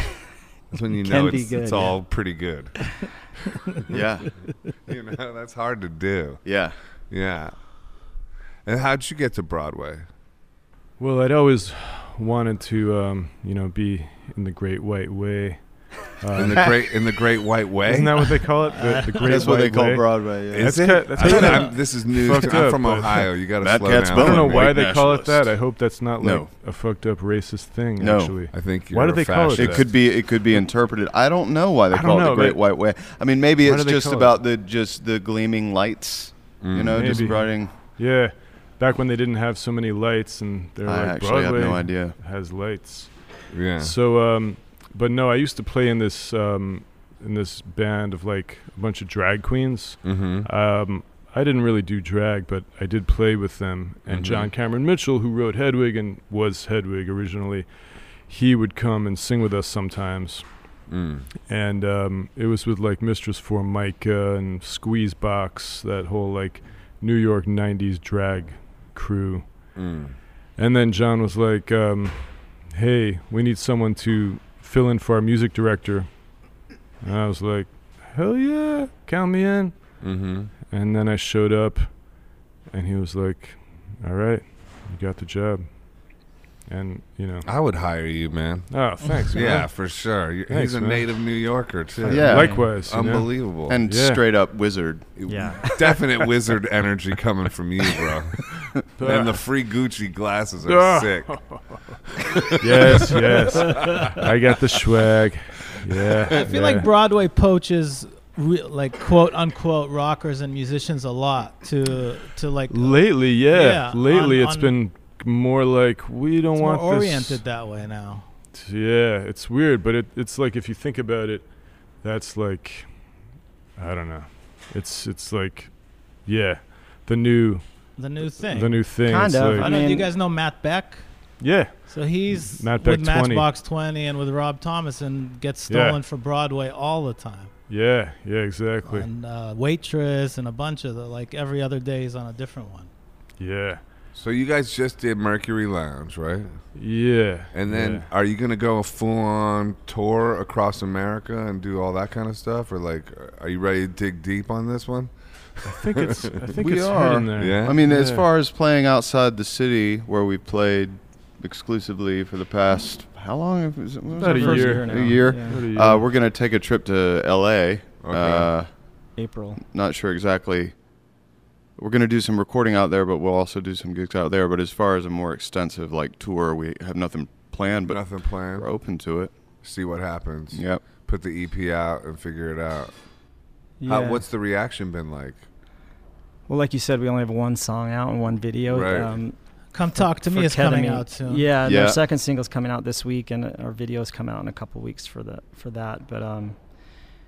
S1: That's when you
S3: Can
S1: know
S3: be
S1: it's,
S3: good,
S1: it's
S3: yeah.
S1: all pretty good.
S2: yeah,
S1: you know, that's hard to do.
S2: yeah.
S1: Yeah. And how'd you get to Broadway?
S4: Well, I'd always wanted to, um, you know, be in the Great White Way.
S1: In
S4: Uh,
S1: the great in the Great White Way.
S4: isn't that what they call it? The, the Great
S2: That's what
S4: White
S2: they call
S4: Way?
S2: Broadway. Yeah.
S1: Is
S4: That's
S1: it?
S4: cut- that's
S1: I
S4: cut
S1: don't-
S4: out.
S1: I'm- this is news.
S4: Fucked
S1: I'm
S4: up,
S1: from
S4: but-
S1: Ohio. You got to
S2: That
S1: slow
S2: cat's
S1: down.
S4: I don't know
S2: White
S4: why they call it
S2: nationalist.
S4: that. I hope that's not like
S2: No.
S4: a fucked up racist thing.
S2: No.
S4: Actually,
S1: I think you're
S4: Why do
S1: a
S4: they call it
S1: fascist.
S2: It could be. It could be interpreted. I don't know why they
S4: I
S2: call
S4: don't
S2: it the
S4: know,
S2: Great
S4: but-
S2: White Way. I mean, maybe
S4: Why
S2: it's
S4: do they
S2: just
S4: call it?
S2: about the just the gleaming lights. You
S1: Mm.
S2: know, just
S4: Maybe.
S2: writing.
S4: yeah. Back when they didn't have so many lights, and they're
S2: I
S4: like
S2: actually have
S4: Broadway
S2: no idea.
S4: has lights.
S1: Yeah.
S4: So, um, but no, I used to play in this um, in this band of like a bunch of drag queens.
S1: Mm-hmm.
S4: Um, I didn't really do drag, but I did play with them. And
S1: Mhm.
S4: John Cameron Mitchell, who wrote Hedwig and was Hedwig originally, he would come and sing with us sometimes.
S1: Mm.
S4: And um, it was with like Mistress Formica and Squeezebox, that whole like New York '90s drag crew.
S1: Mm.
S4: And then John was like, um, "Hey, we need someone to fill in for our music director." And I was like, "Hell yeah, count me in."
S1: Mm-hmm.
S4: And then I showed up, and he was like, "All right, you got the job." And you know,
S1: I would hire you, man.
S4: oh, thanks. man.
S1: Yeah, for sure. You-
S4: Thanks,
S1: He's a
S4: man.
S1: native New Yorker too.
S2: Yeah.
S4: Likewise. you know?
S1: Unbelievable.
S2: And
S4: Yeah.
S2: straight up wizard.
S3: Yeah.
S1: Definite wizard energy coming from you, bro. and the free Gucci glasses are
S4: Ah.
S1: sick.
S4: yes, yes. I got the swag. Yeah.
S5: I feel like Broadway poaches, re- like quote unquote, rockers and musicians a lot to to like.
S4: lately, yeah.
S5: Yeah,
S4: lately,
S5: on-
S4: it's
S5: on-
S4: been more like we don't
S5: it's more
S4: want
S5: oriented
S4: this.
S5: that way now.
S4: Yeah, it's weird, but it, it's like if you think about it, that's like, I don't know. It's it's like, yeah, the new
S5: The new thing.
S4: the new thing.
S3: Kind
S4: it's
S3: of,
S5: I
S4: like-
S5: don't. know, do you
S3: mean-
S5: guys know Matt Beck?
S4: yeah.
S5: So he's
S4: Matt Beck
S5: with
S4: 20.
S5: Matchbox 20 and with Rob Thomas and gets
S4: Yeah.
S5: stolen for Broadway all the time.
S4: Yeah, yeah, exactly.
S5: And uh, Waitress and a bunch of the, like every other day he's on a different one.
S4: Yeah,
S1: So you guys just did Mercury Lounge, right?
S4: yeah.
S1: And then
S4: yeah.
S1: are you going to go a full-on tour across America and do all that kind of stuff or like are you ready to dig deep on this one?
S4: I think it's, I think
S2: We
S4: it's
S2: are.
S4: heading there.
S1: Yeah.
S2: I mean, as
S4: Yeah.
S2: far as playing outside the city where we played exclusively for the past how long? Have- Is it, when was
S4: About
S2: our
S4: a
S2: first-
S4: year.
S3: now.
S2: A year.
S3: Yeah.
S4: What are you-
S2: Uh, we're gonna take a trip to L.A. Uh,
S3: April.
S2: not sure exactly. We're gonna do some recording out there, but we'll also do some gigs out there. But as far as a more extensive like tour, we have nothing planned, but
S1: Nothing planned.
S2: we're open to it.
S1: See what happens.
S2: Yep.
S1: Put the EP out and figure it out.
S3: Yeah.
S1: How, what's the reaction been like?
S3: well, like you said, we only have one song out and one video.
S1: Right.
S3: Um,
S5: Come Talk to
S3: for
S5: Me is coming
S3: Ketamine.
S5: out soon.
S3: Yeah, and their
S2: Yeah.
S3: second single's coming out this week, and our videos come out in a couple weeks for that. For that, but um,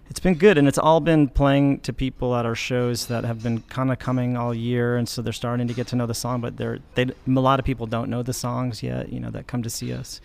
S3: it's been good, and it's all been playing to people at our shows that have been kind of coming all year, and so they're starting to get to know the song. But they're they a lot of people don't know the songs yet, you know, that come to see us.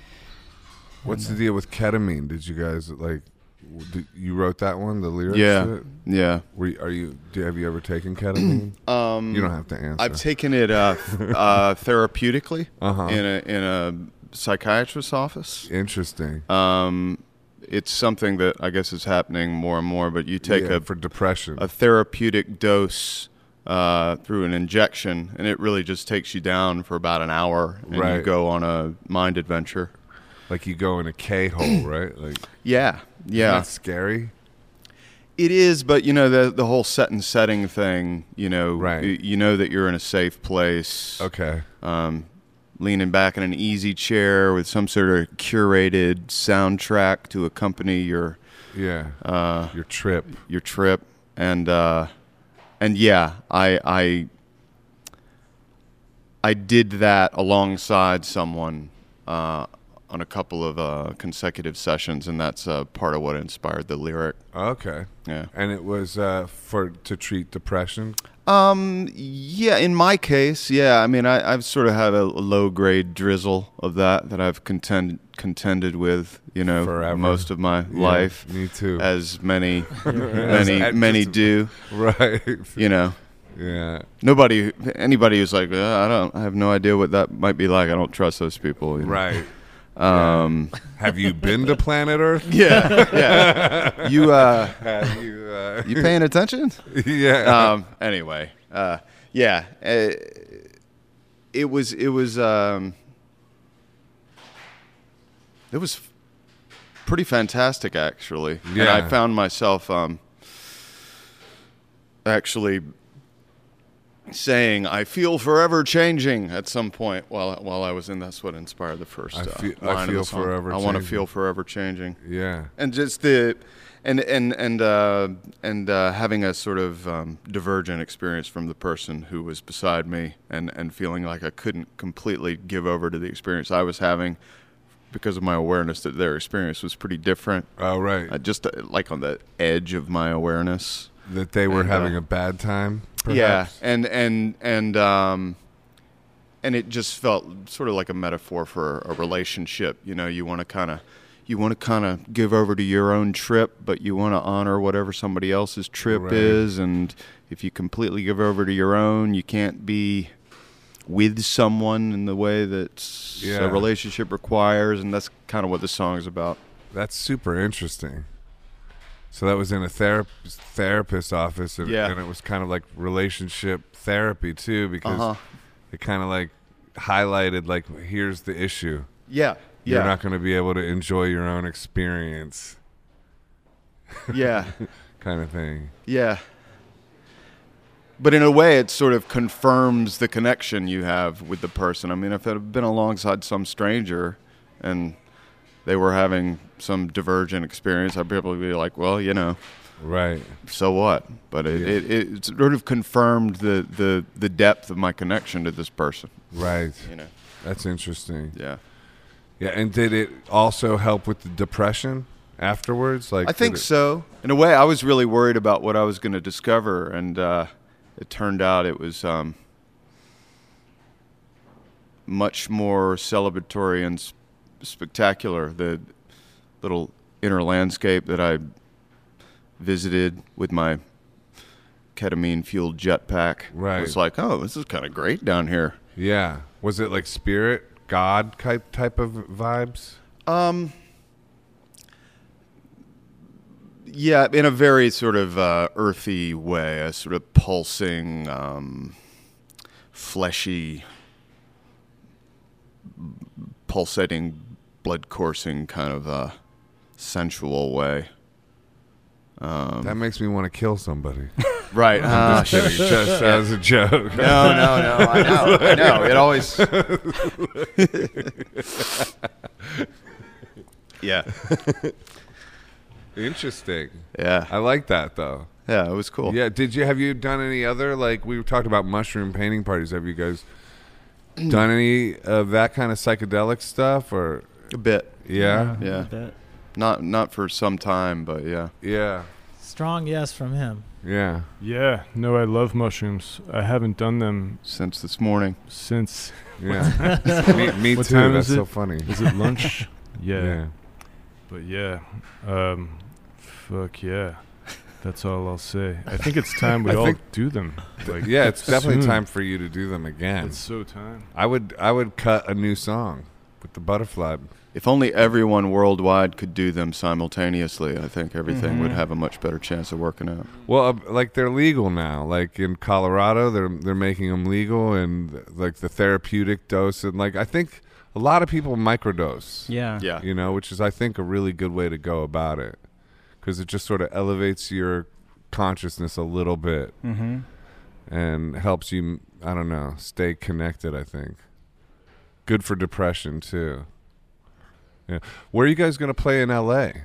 S1: What's the
S3: And,
S1: deal with ketamine? Did you guys like? w- Did, you wrote that one, the lyrics.
S2: Yeah.
S1: to it?
S2: Yeah.
S1: Were you, are you? Do have you ever taken ketamine?
S2: Um,
S1: you don't have to answer.
S2: I've taken it uh, uh, therapeutically
S1: Uh-huh.
S2: in a in a psychiatrist's office.
S1: Interesting.
S2: Um, it's something that I guess is happening more and more. But you take
S1: Yeah,
S2: a
S1: for depression.
S2: a therapeutic dose uh, through an injection, and it really just takes you down for about an hour, and you
S1: Right.
S2: go on a mind adventure.
S1: like you go in a K hole, right? Like
S2: Yeah, yeah,
S1: That's scary.
S2: it is. But you know the the whole set and setting thing. You know,
S1: Right.
S2: y- you know that you're in a safe place.
S1: Okay.
S2: um, leaning back in an easy chair with some sort of curated soundtrack to accompany your
S1: Yeah.
S2: uh,
S1: Your trip.
S2: your trip, and uh, and yeah, I I I did that alongside someone uh, on a couple of uh, consecutive sessions, and that's uh, part of what inspired the lyric.
S1: Okay.
S2: Yeah.
S1: And it was uh, for to treat depression.
S2: Um. Yeah. In my case, yeah. I mean, I, I've sort of had a low grade drizzle of that that I've contend, contended with, you know,
S1: Forever.
S2: most of my
S1: Yeah,
S2: life,
S1: me too.
S2: as many,
S1: As-
S2: many,
S1: as-
S2: many do.
S1: right.
S2: You know,
S1: Yeah.
S2: nobody, anybody who's like, "Uh, I don't, I have no idea what that might be like. I don't trust those people. you know.
S1: Right.
S2: Um.
S1: Have you been to planet Earth?
S2: Yeah. Yeah. you. Uh.
S1: Have you? Uh,
S2: You paying attention?
S1: yeah.
S2: um, anyway, uh, yeah, uh, it was it was um, it was f- pretty fantastic actually. And
S1: Yeah.
S2: I found myself um, actually saying I feel forever changing at some point while while I was in that's what inspired the first
S1: I
S2: uh,
S1: feel- I
S2: line of the
S1: feel
S2: song.
S1: forever
S2: I want to
S1: changing.
S2: feel forever changing
S1: yeah.
S2: and just the and and and uh, and uh, having a sort of um, divergent experience from the person who was beside me, and and feeling like I couldn't completely give over to the experience I was having because of my awareness that their experience was pretty different.
S1: Oh, right.
S2: I just uh, like on the edge of my awareness.
S1: that they were
S2: and, uh,
S1: having a bad time. perhaps?
S2: Yeah, and and and um, and it just felt sort of like a metaphor for a relationship. You know, you want to kind of, you want to kind of give over to your own trip, but you want to honor whatever somebody else's trip
S1: Right.
S2: is. And if you completely give over to your own, you can't be with someone in the way that
S1: Yeah.
S2: a relationship requires. And that's kind of what the song is about.
S1: That's super interesting. So that was in a therap- therapist's office, and,
S2: Yeah.
S1: and it was kind of like relationship therapy too, because
S2: Uh-huh.
S1: it kind of like highlighted like here's the issue.
S2: Yeah.
S1: You're not going to be able to enjoy your own experience,
S2: yeah.
S1: kind of thing.
S2: Yeah. But in a way, it sort of confirms the connection you have with the person. I mean, if it had been alongside some stranger and they were having some divergent experience, I'd probably be like, well, you know,
S1: Right.
S2: so what? But it,
S1: Yeah.
S2: it, it, sort of confirmed the, the, the depth of my connection to this person,
S1: Right.
S2: you know?
S1: That's interesting.
S2: Yeah.
S1: Yeah. And did it also help with the depression afterwards? Like
S2: I think
S1: did it-
S2: so. In a way, I was really worried about what I was going to discover, and uh, it turned out it was um, much more celebratory and s- spectacular. The little inner landscape that I visited with my ketamine-fueled jetpack
S1: Right.
S2: was like, oh, this is kind of great down here.
S1: Yeah. Was it like spirit, God type type of vibes?
S2: Um, yeah, in a very sort of uh, earthy way, a sort of pulsing, um, fleshy, pulsating, blood coursing kind of uh, sensual way.
S1: That makes me want to kill somebody.
S2: Right. Ah,
S1: I'm just kidding. Just as a joke.
S2: no, no, no. I know. I know. It always. yeah.
S1: Interesting.
S2: Yeah.
S1: I like that though.
S2: Yeah. It was cool.
S1: Yeah. Did you have you done any other like we talked about mushroom painting parties? Have you guys done any of that kind of psychedelic stuff or
S2: A bit.
S1: yeah
S2: Yeah.
S3: I bet.
S2: Not not for some time, but yeah.
S1: yeah
S5: Strong yes from him.
S1: yeah
S4: Yeah, no, I love mushrooms. I haven't done them
S2: Since this morning.
S4: since.
S1: yeah? me me
S4: What
S1: too.
S4: time
S1: That's
S4: is
S1: so
S4: it?
S1: funny.
S4: Is it lunch? yeah.
S1: Yeah.
S4: but yeah, um, fuck yeah. That's all I'll say. I think it's time we
S1: I
S4: all
S1: think-
S4: do them. Like,
S1: yeah, it's definitely
S4: soon.
S1: time for you to do them again.
S4: It's so time.
S1: I would I would cut a new song with the butterfly.
S2: If only everyone worldwide could do them simultaneously, I think everything would have a much better chance of working out.
S1: Well, uh, like they're legal now. Like in Colorado, they're they're making them legal, and like the therapeutic dose, and like I think a lot of people microdose.
S3: Yeah.
S2: Yeah.
S1: you know, which is I think a really good way to go about it, because it just sort of elevates your consciousness a little bit
S3: Mm-hmm.
S1: and helps you. I don't know, stay connected. I think good for depression too. Yeah, where are you guys gonna play in L.A.?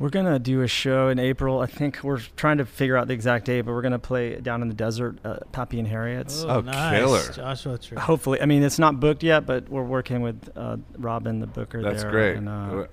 S3: We're gonna do a show in April. I think we're trying to figure out the exact day, but we're gonna play down in the desert, uh, Poppy and Harriet's.
S1: Oh,
S5: nice.
S1: killer. Ah.
S5: Joshua Tree.
S3: Hopefully, I mean it's not booked yet, but we're working with uh, Robin the Booker.
S1: That's
S3: there,
S1: great.
S3: And, uh,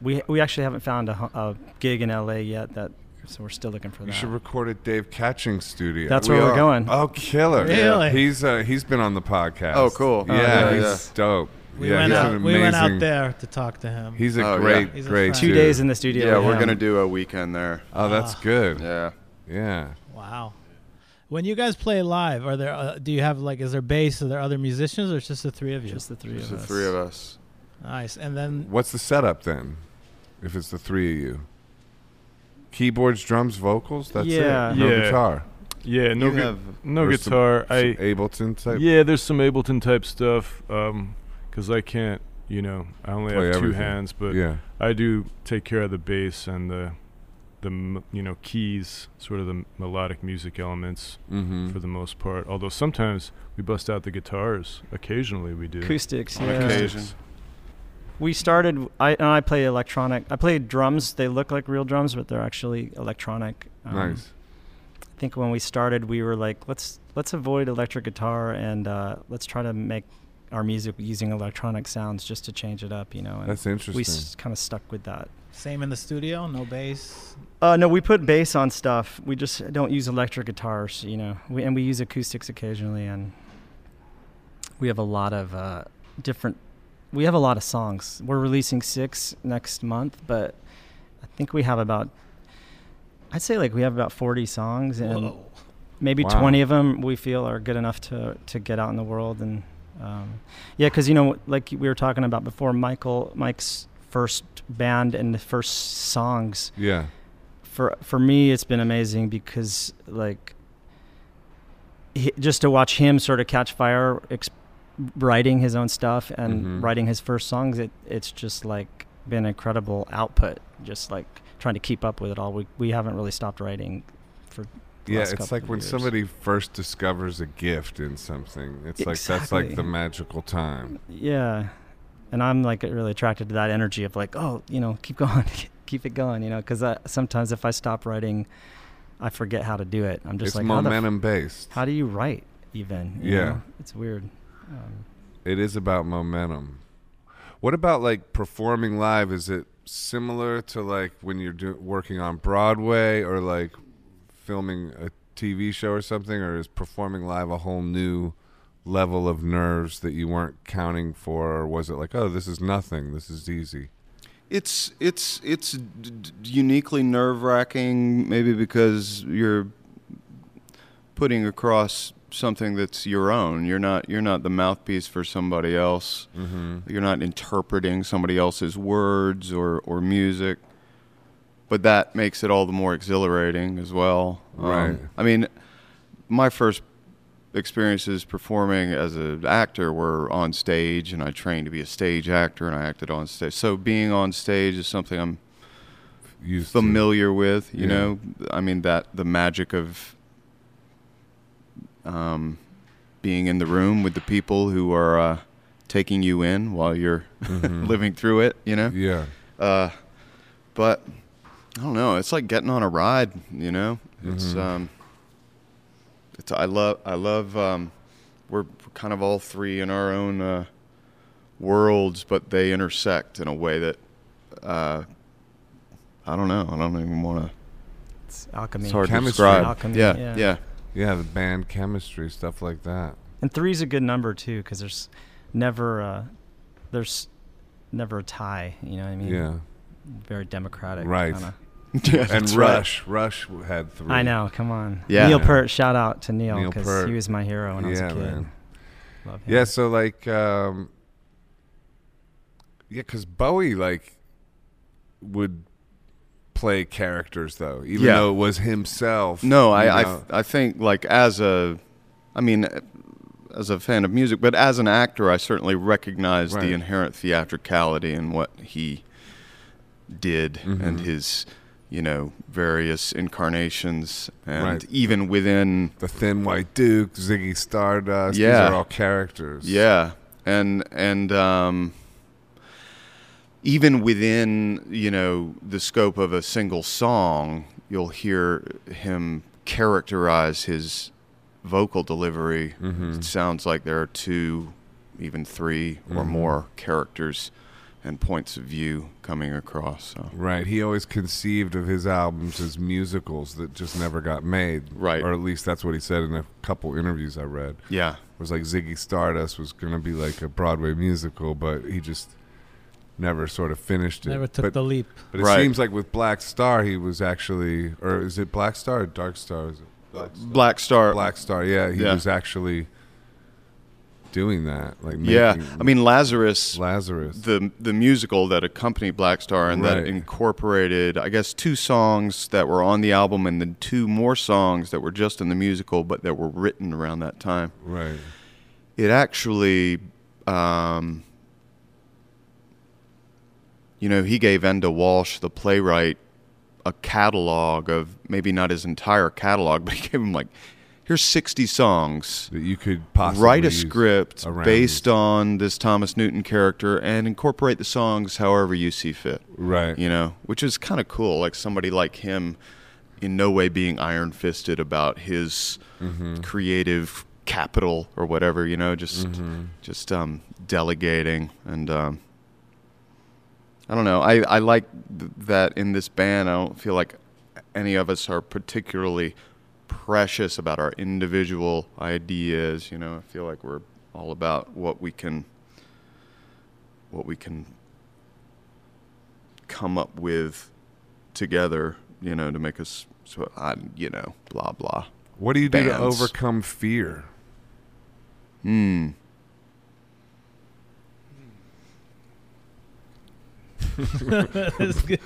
S3: we we actually haven't found a, hu- a gig in LA yet. That so we're still looking for
S1: you
S3: that.
S1: should record at Dave Catching's studio.
S3: That's where we're going.
S1: Oh, killer!
S5: Really?
S1: He's uh, he's been on the podcast.
S2: Oh, cool.
S1: Yeah,
S3: Oh, nice.
S1: he's dope.
S5: We
S1: yeah,
S5: went
S1: he's
S5: out.
S1: An
S5: We went out
S1: amazing-
S5: there to talk to him.
S1: He's a
S2: Oh, yeah.
S1: great,
S5: He's a
S1: great.
S5: friend.
S3: Two
S1: dude.
S3: days in the studio.
S2: Yeah,
S3: with
S2: we're
S3: him.
S2: gonna do a weekend there.
S1: Oh, that's
S5: Ah.
S1: good. Yeah.
S2: Yeah.
S5: wow. When you guys play live, are there? Uh, do you have like? Is there bass? Are there other musicians, or it's just the three of you?
S3: just the three
S2: Just
S3: of
S2: the
S3: us.
S2: three of us.
S5: nice. And then
S1: What's the setup then? If it's the three of you, keyboards, drums, vocals. That's
S3: Yeah.
S1: it. No
S4: Yeah.
S1: guitar.
S4: Yeah, no,
S2: you
S4: gu-
S2: have
S4: no
S1: Or some-
S4: guitar.
S1: Some
S4: I
S1: Ableton type.
S4: yeah, there's some Ableton type stuff. Um 'cause I can't, you know, I only
S1: Play
S4: have two
S1: everything.
S4: hands, but
S1: yeah.
S4: I do take care of the bass and the the m- you know keys, sort of the melodic music elements
S1: Mm-hmm.
S4: for the most part. Although sometimes we bust out the guitars. Occasionally we do.
S3: Acoustics.
S2: on
S3: yeah.
S2: occasion.
S3: We started. I and I play electronic. I play drums. They look like real drums, but they're actually electronic.
S4: Um,
S3: um,
S1: nice.
S3: I think when we started, we were like, let's let's avoid electric guitar and uh, let's try to make our music using electronic sounds just to change it up, you know. And
S1: That's
S3: we
S1: interesting.
S3: s- kind of stuck with that.
S5: same in the studio, no bass.
S3: Uh, no, we put bass on stuff. We just don't use electric guitars, you know. We, and we use acoustics occasionally, and we have a lot of uh, different. We have a lot of songs. We're releasing six next month, but I think we have about. I'd say like we have about forty songs, and
S5: Whoa.
S3: maybe
S1: Wow.
S3: 20 of them we feel are good enough to, to get out in the world and um, yeah because you know like we were talking about before michael mike's first band and the first songs
S1: yeah.
S3: for for me it's been amazing because like he, just to watch him sort of catch fire ex- writing his own stuff and
S1: Mhm.
S3: writing his first songs it it's just like been incredible output just like trying to keep up with it all we we haven't really stopped writing for the
S1: Yeah,
S3: last
S1: it's
S3: couple
S1: like
S3: of
S1: when
S3: years.
S1: somebody first discovers a gift in something. It's like that's like the
S3: Exactly.
S1: magical time.
S3: Yeah. And I'm like really attracted to that energy of like, oh, you know, keep going, keep it going, you know, because sometimes if I stop writing, I forget how to do it. I'm just
S1: it's
S3: like, how, the f-
S1: momentum based.
S3: how do you write even? you
S1: Yeah.
S3: know? It's weird. Um,
S1: It is about momentum. What about like performing live? Is it similar to like when you're do- working on Broadway or like filming a TV show or something, or is performing live a whole new level of nerves that you weren't counting for, or was it like, oh, this is nothing, this is easy?
S2: It's it's it's d- d- uniquely nerve wracking, maybe because you're putting across something that's your own. You're not you're not the mouthpiece for somebody else.
S1: Mm-hmm.
S2: You're not interpreting somebody else's words or or music. But that makes it all the more exhilarating as well. Um,
S1: Right.
S2: I mean, my first experiences performing as an actor were on stage, and I trained to be a stage actor, and I acted on stage. So being on stage is something I'm
S1: Used to-
S2: familiar with. You
S1: Yeah.
S2: know, I mean that the magic of um, being in the room with the people who are uh, taking you in while you're
S1: Mhm.
S2: living through it. You know,
S1: yeah.
S2: uh, but I don't know. It's like getting on a ride. You know, it's
S1: Mhm.
S2: um, it's I love I love um, we're kind of all three in our own uh, worlds, but they intersect in a way that uh, I don't know. I don't even want to.
S3: it's alchemy.
S2: It's hard
S1: Chemistry.
S2: to describe.
S3: Alchemy,
S2: yeah,
S3: yeah.
S2: yeah,
S1: Yeah, the band chemistry, stuff like that.
S3: And three's a good number too, because there's never, uh, there's never a tie, you know what I mean?
S1: Yeah.
S3: Very democratic.
S1: Right.
S3: kinda.
S2: Yeah,
S1: and
S2: that's right.
S1: Rush, Rush had three.
S3: I know. Come on.
S2: Yeah.
S3: Neil
S1: Yeah.
S3: Peart, shout out to Neil
S1: Neil
S3: because
S1: Peart.
S3: he was my hero when I was a
S1: Yeah,
S3: kid.
S1: man.
S3: Love him.
S1: Yeah, so like, um, yeah, because Bowie like would play characters though, even
S2: Yeah.
S1: though it was himself.
S2: No,
S1: you
S2: I, I
S1: know.
S2: I think like as a, I mean, as a fan of music, but as an actor, I certainly recognize
S1: Right.
S2: the inherent theatricality in what he did and
S1: Mhm.
S2: his, you know, various incarnations, and
S1: Right.
S2: even within
S1: the Thin White Duke, Ziggy Stardust. These
S2: Yeah.
S1: are all characters.
S2: Yeah, and and um, even within you know the scope of a single song, you'll hear him characterize his vocal delivery.
S1: Mhm.
S2: It sounds like there are two, even 3 or
S1: Mhm.
S2: more characters and points of view coming across. So.
S1: Right. He always conceived of his albums as musicals that just never got made.
S2: Right.
S1: Or at least that's what he said in a couple interviews I read.
S2: Yeah.
S1: It was like Ziggy Stardust was going to be like a Broadway musical, but he just never sort of finished it.
S5: Never took
S1: but,
S5: the leap.
S1: but it
S2: Right.
S1: seems like with Black Star, he was actually, or is it Black Star or Dark Star? Is it Black Star?
S2: Black Star.
S1: Black Star, yeah. He
S2: Yeah.
S1: was actually doing that. like
S2: yeah.
S1: making
S2: I mean, Lazarus,
S1: Lazarus.
S2: the the musical that accompanied Black Star and
S1: Right.
S2: that incorporated, I guess, two songs that were on the album and then two more songs that were just in the musical but that were written around that time.
S1: right.
S2: It actually, um, you know, he gave Enda Walsh, the playwright, a catalog of maybe not his entire catalog, but he gave him like, here's 60 songs.
S1: That you could possibly
S2: write a
S1: use
S2: script
S1: around-
S2: based on this Thomas Newton character and incorporate the songs however you see fit.
S1: Right.
S2: You know, which is kind of cool. Like somebody like him, in no way being iron fisted about his
S1: Mm-hmm.
S2: creative capital or whatever. You know, just
S1: Mm-hmm.
S2: just um, delegating and. Um, I don't know. I, I like th- that in this band, I don't feel like any of us are particularly precious about our individual ideas. You know, I feel like we're all about what we can, what we can come up with together. You know, to make us so I, you know, blah blah.
S1: What do you do to
S2: bands.
S1: overcome fear?
S2: Hmm.
S5: It's good.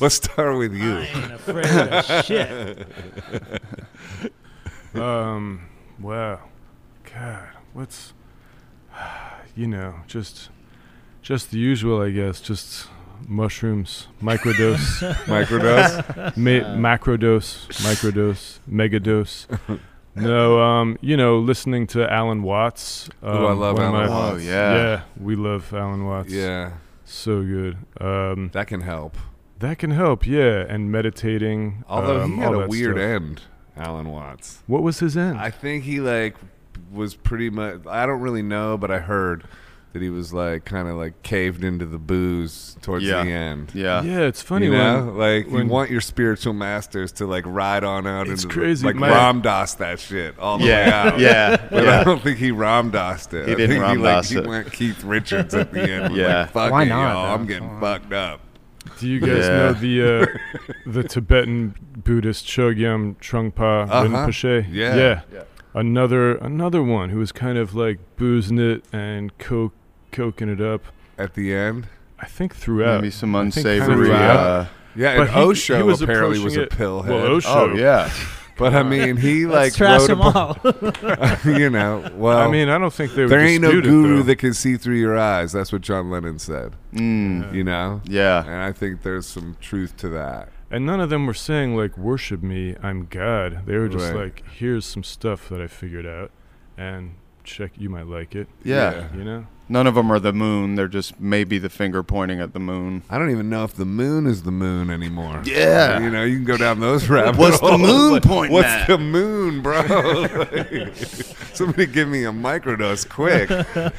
S1: Let's start with
S5: I
S1: you.
S5: ain't afraid of shit.
S4: um, wow, God, what's, you know, just, just the usual, I guess. Just mushrooms, microdose,
S1: Microdose?
S4: ma- macrodose, microdose, megadose. No, um, you know, listening to Alan Watts. Um,
S1: Ooh, I love
S4: one of
S1: Alan
S4: my-
S1: Watts.
S2: Oh
S4: Yeah.
S2: yeah.
S4: we love Alan Watts.
S1: yeah,
S4: so good. Um,
S1: that can help.
S4: that can help. Yeah, and meditating.
S1: Although
S4: um,
S1: he had
S4: all
S1: a
S4: that
S1: weird
S4: stuff.
S1: end, Alan Watts.
S4: What was his end?
S1: I think he like was pretty much. I don't really know, but I heard that he was like kind of like caved into the booze towards
S2: Yeah.
S1: the end.
S2: Yeah.
S4: yeah, it's funny
S1: you know,
S4: when
S1: like
S4: when-
S1: you want your spiritual masters to like ride on out
S4: It's
S1: into
S4: crazy,
S1: the, like
S4: my-
S1: Ram Dass that shit all the way
S2: Yeah.
S1: out.
S2: Yeah.
S1: But I
S2: yeah.
S1: don't think he Ram Dossed it.
S2: He
S1: I
S2: didn't
S1: think
S2: Ram
S1: he, like,
S2: Dass
S1: he
S2: it.
S1: went Keith Richards at the end. was
S2: Yeah.
S1: Like, Fuck
S3: Why
S1: it,
S3: not,
S1: y'all.
S3: though?
S1: I'm getting
S3: Come on.
S1: fucked up.
S4: do you guys
S2: Yeah.
S4: know the uh, the Tibetan Buddhist Chogyam Trungpa
S1: Uh-huh.
S4: Rinpoche?
S1: Yeah.
S4: yeah,
S2: Yeah.
S4: Another another one who was kind of like boozing it and coke coking it up.
S1: At the end.
S4: I think throughout.
S2: Maybe some
S4: I think
S2: unsavory.
S4: throughout.
S2: Uh,
S1: Yeah, and
S4: But he-
S1: Osho
S4: he was
S1: apparently
S4: approaching
S1: was a
S4: it-
S1: pillhead.
S4: well,
S2: oh
S4: Osho.
S2: yeah.
S1: but I mean, he
S5: Let's
S1: like
S5: trash
S1: wrote
S5: them
S1: about,
S5: all.
S1: you know. Well,
S4: I mean, I don't think they would
S1: there ain't no
S4: dispute it,
S1: guru
S4: though.
S1: that can see through your eyes. That's what John Lennon said.
S2: Mm.
S1: You know,
S2: Yeah.
S1: and I think there's some truth to that.
S4: And none of them were saying like worship me, I'm God. They were just
S1: Right.
S4: like, here's some stuff that I figured out and check you might like it.
S2: Yeah.
S1: Yeah.
S4: You know?
S2: None of them are the moon. They're just maybe the finger pointing at the moon.
S1: I don't even know if the moon is the moon anymore.
S2: Yeah.
S1: you know, you can go down those rabbit
S2: What's the
S1: holes.
S2: moon
S1: Like,
S2: pointing
S1: What's
S2: at?
S1: the moon, bro? Like, somebody give me a microdose quick.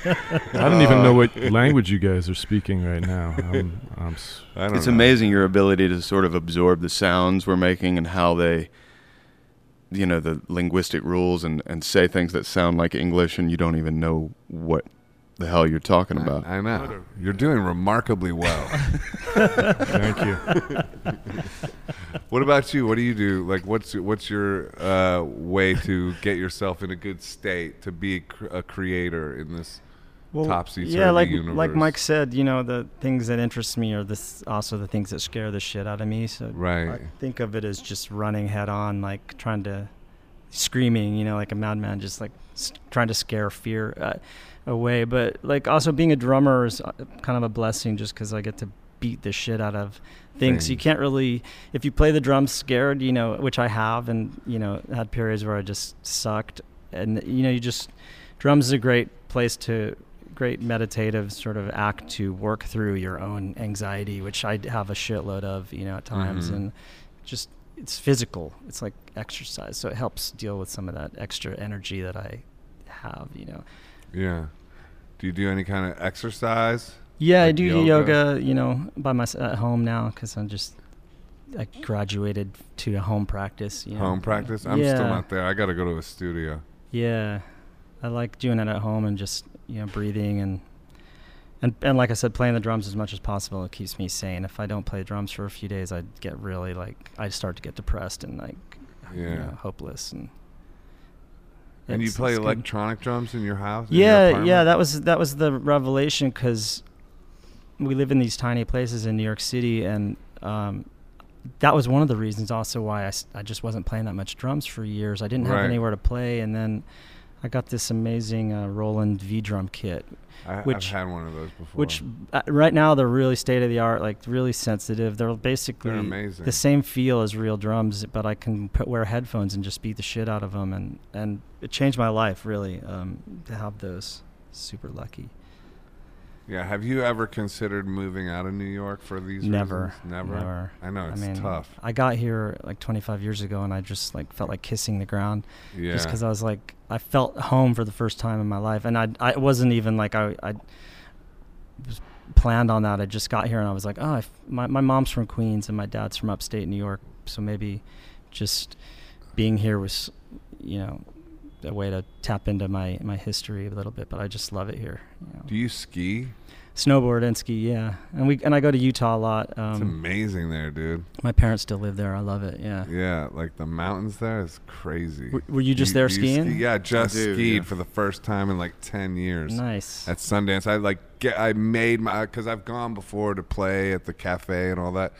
S4: I don't
S1: Uh,
S4: even know what language you guys are speaking right now. I'm, I'm s-
S1: I don't
S2: It's
S1: know.
S2: amazing your ability to sort of absorb the sounds we're making and how they, you know, the linguistic rules and, and say things that sound like English and you don't even know what the hell you're talking about.
S1: I know. You're doing remarkably well.
S4: thank you.
S1: What about you? What do you do? Like, what's what's your uh, way to get yourself in a good state to be cr- a creator in this?
S3: Well,
S1: topsy-turvy
S3: yeah, like like
S1: universe.
S3: Mike said, you know, the things that interest me are this also the things that scare the shit out of me. So
S1: Right.
S3: I think of it as just running head on, like trying to screaming, you know, like a madman, just like s- trying to scare fear uh, away. But like also being a drummer is uh, kind of a blessing, just because I get to beat the shit out of things. You
S1: Things.
S3: can't really if you play the drums scared, you know, which I have, and you know, had periods where I just sucked, and you know, you just drums is a great place to great meditative sort of act to work through your own anxiety, which I have a shitload of, you know, at times,
S1: Mhm.
S3: and just it's physical. It's like exercise, so it helps deal with some of that extra energy that I have, you know.
S1: Yeah. Do you do any kind of exercise?
S3: Yeah, I
S1: Like
S3: do
S1: yoga?
S3: yoga. you know, by myself at home now because I'm just I graduated to a home practice. You know?
S1: Home practice? I'm still
S3: Yeah.
S1: not there. I got to go to a studio.
S3: Yeah, I like doing it at home and just you know breathing and and and like I said, playing the drums as much as possible. It keeps me sane. If I don't play drums for a few days, I get really like I start to get depressed and like
S1: Yeah.
S3: you know, hopeless and.
S1: and you
S3: it's-
S1: play
S3: it's good.
S1: electronic drums in your house? in your
S3: Yeah, yeah,
S1: apartment?
S3: that was that was the revelation because we live in these tiny places in New York City, and um, that was one of the reasons also why I, s- I just wasn't playing that much drums for years. I didn't
S1: Right.
S3: have anywhere to play, and then I got this amazing uh, Roland V drum kit,
S1: I,
S3: which-
S1: I've had one of those before.
S3: which uh, right now they're really state of the art, like really sensitive. They're basically
S1: they're amazing.
S3: the same feel as real drums, but I can put, wear headphones and just beat the shit out of them, and and it changed my life really um, to have those. Super lucky.
S1: yeah. Have you ever considered moving out of New York for these
S3: Never,
S1: reasons? Never. I know
S3: I
S1: it's
S3: mean,
S1: tough.
S3: I got here like 25 years ago, and I just like felt like kissing the ground
S1: Yeah.
S3: just because I was like I felt home for the first time in my life, and I I wasn't even like I I was planned on that. I just got here, and I was like, oh, I f my my mom's from Queens, and my dad's from upstate New York, so maybe just being here was you know a way to tap into my my history a little bit. But I just love it here. You know.
S1: Do you ski?
S3: Snowboard and ski, yeah, and we and I go to Utah a lot.
S1: It's
S3: Um,
S1: amazing there, dude.
S3: my parents still live there. I love it. Yeah.
S1: Yeah, like the mountains there is crazy.
S3: W- were you just there
S1: ski-
S3: skiing?
S1: yeah, just
S2: do,
S1: skied
S2: yeah.
S1: for the first time in like ten years
S3: Nice.
S1: at Sundance. I like get, I made my because I've gone before to play at the cafe and all that,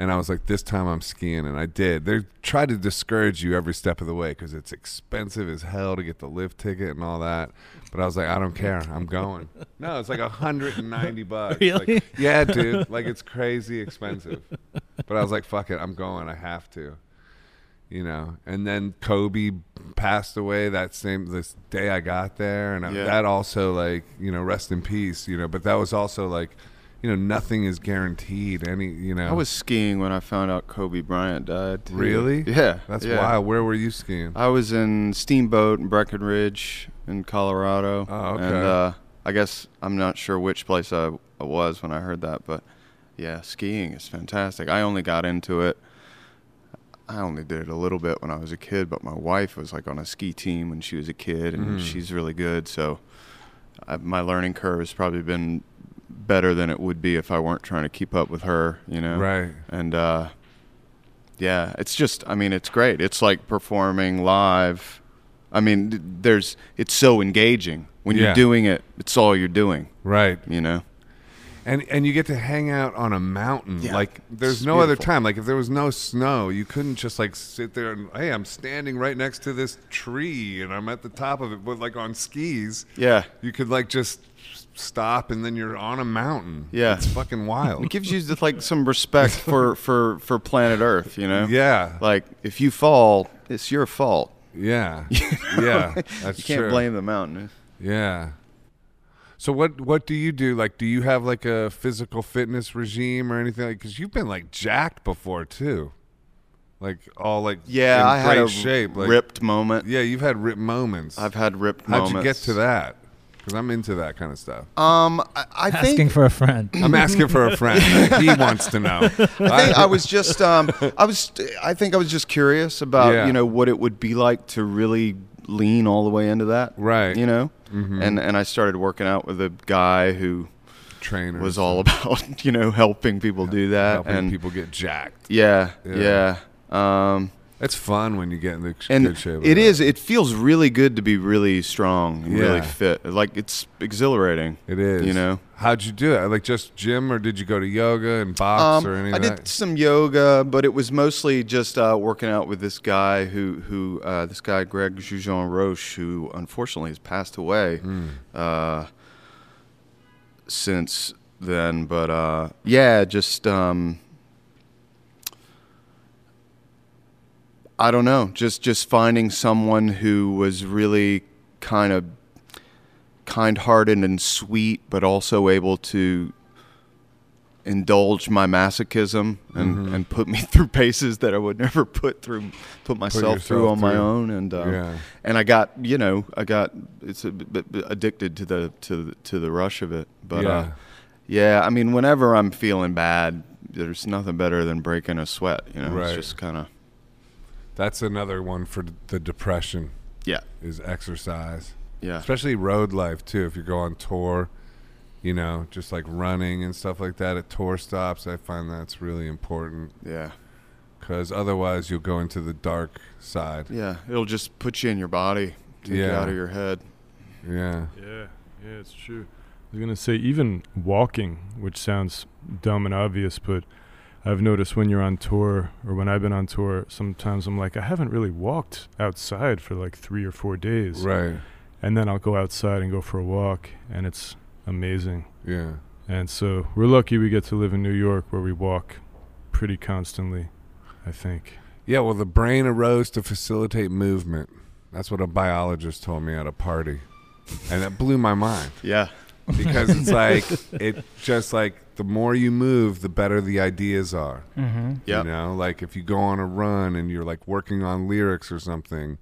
S1: and I was like, this time I'm skiing, and I did. They try to discourage you every step of the way because it's expensive as hell to get the lift ticket and all that. But I was like, I don't care, I'm going. No, it's like hundred and ninety bucks. Like,
S5: Really?
S1: yeah, dude, like it's crazy expensive. But I was like, fuck it, I'm going. I have to. You know, and then Kobe passed away that same this day I got there, and I-
S2: Yeah.
S1: that also like you know rest in peace. You know, but that was also like, you know, nothing is guaranteed. Any you know,
S2: I was skiing when I found out Kobe Bryant died. too.
S1: Really?
S2: Yeah.
S1: that's
S2: yeah.
S1: wild. Where were you skiing?
S2: I was in Steamboat in Breckenridge in Colorado.
S1: Oh, okay.
S2: And uh, I guess I'm not sure which place I, I was when I heard that, but yeah, skiing is fantastic. I only got into it. I only did it a little bit when I was a kid, but my wife was like on a ski team when she was a kid, and
S1: Mm.
S2: she's really good. So I, my learning curve has probably been better than it would be if I weren't trying to keep up with her, you know?
S1: Right.
S2: and uh yeah it's just i mean it's great it's like performing live i mean th- there's it's so engaging when
S1: Yeah.
S2: you're doing it it's all you're doing
S1: Right.
S2: you know
S1: And and you get to hang out on a mountain.
S2: Yeah.
S1: Like there's
S2: It's
S1: no other
S2: beautiful.
S1: time. Like if there was no snow, you couldn't just like sit there and hey, I'm standing right next to this tree and I'm at the top of it. But like on skis,
S2: yeah
S1: you could like just stop and then you're on a mountain.
S2: Yeah.
S1: It's fucking
S2: it
S1: wild.
S2: gives you just, like some respect for for for planet earth you know
S1: yeah.
S2: like if you fall it's your fault
S1: Yeah. yeah. That's
S2: you can't
S1: true.
S2: blame the mountain
S1: Yeah. So what what do you do? Like, do you have like a physical fitness regime or anything? Because you've been like jacked before too, like all like
S2: yeah
S1: in
S2: i
S1: great
S2: had a
S1: shape. Like,
S2: ripped moment
S1: Yeah, you've had ripped moments.
S2: i've had ripped
S1: How'd
S2: moments
S1: you get to that? Because I'm into that kind of stuff.
S2: um i, I think
S5: Asking for a friend.
S1: I'm asking for a friend. he wants to know.
S2: I think I was just um, I was I think I was just curious about
S1: Yeah.
S2: you know what it would be like to really lean all the way into that
S1: Right. Mm-hmm.
S2: you know and and I started working out with a guy who
S1: trainer
S2: was all about you know helping people do that
S1: Mm-hmm. helping
S2: and
S1: people get jacked.
S2: yeah
S1: Yeah.
S2: yeah, um,
S1: It's fun when you get in the
S2: and
S1: good shape. like
S2: it
S1: that.
S2: is it feels really good to be really strong and really
S1: Yeah.
S2: fit like it's exhilarating
S1: It is.
S2: you know
S1: How'd you do it? Like just gym, or did you go to yoga and box
S2: Um,
S1: or any
S2: I
S1: of
S2: did
S1: that?
S2: some yoga, but it was mostly just uh, working out with this guy who, who uh, this guy Greg Jujon Roche, who unfortunately has passed away
S1: Hmm.
S2: uh, since then. But uh, yeah, just um, I don't know, just just finding someone who was really kind of kind-hearted and sweet, but also able to indulge my masochism and,
S1: Mhm.
S2: and put me through paces that I would never put through put myself through
S1: yourself
S2: on my
S1: through.
S2: own and um,
S1: yeah.
S2: and I got you know I got it's a bit, bit addicted to the to the, to the rush of it but yeah. Uh,
S1: yeah.
S2: yeah I mean whenever I'm feeling bad there's nothing better than breaking a sweat you know
S1: Right.
S2: it's just kind of
S1: That's another one for d- the depression.
S2: Yeah.
S1: Is exercise.
S2: yeah
S1: Especially road life too. If you go on tour, you know, just like running and stuff like that at tour stops, I find that's really important
S2: yeah
S1: cuz otherwise you'll go into the dark side.
S2: yeah it'll just put you in your body take you
S1: Yeah.
S2: out of your head
S1: Yeah.
S4: Yeah, yeah, it's true. I was gonna say even walking, which sounds dumb and obvious, but I've noticed when you're on tour or when I've been on tour, sometimes I'm like, I haven't really walked outside for like three or four days,
S1: Right.
S4: and then I'll go outside and go for a walk, and it's amazing.
S1: Yeah.
S4: And so we're lucky we get to live in New York where we walk pretty constantly, I think.
S1: Yeah, well the brain arose to facilitate movement. That's what a biologist told me at a party. And that blew my mind.
S2: yeah
S1: because it's like it just like the more you move the better the ideas are
S3: Mm-hmm.
S2: Yep.
S1: you know like if you go on a run and you're like working on lyrics or something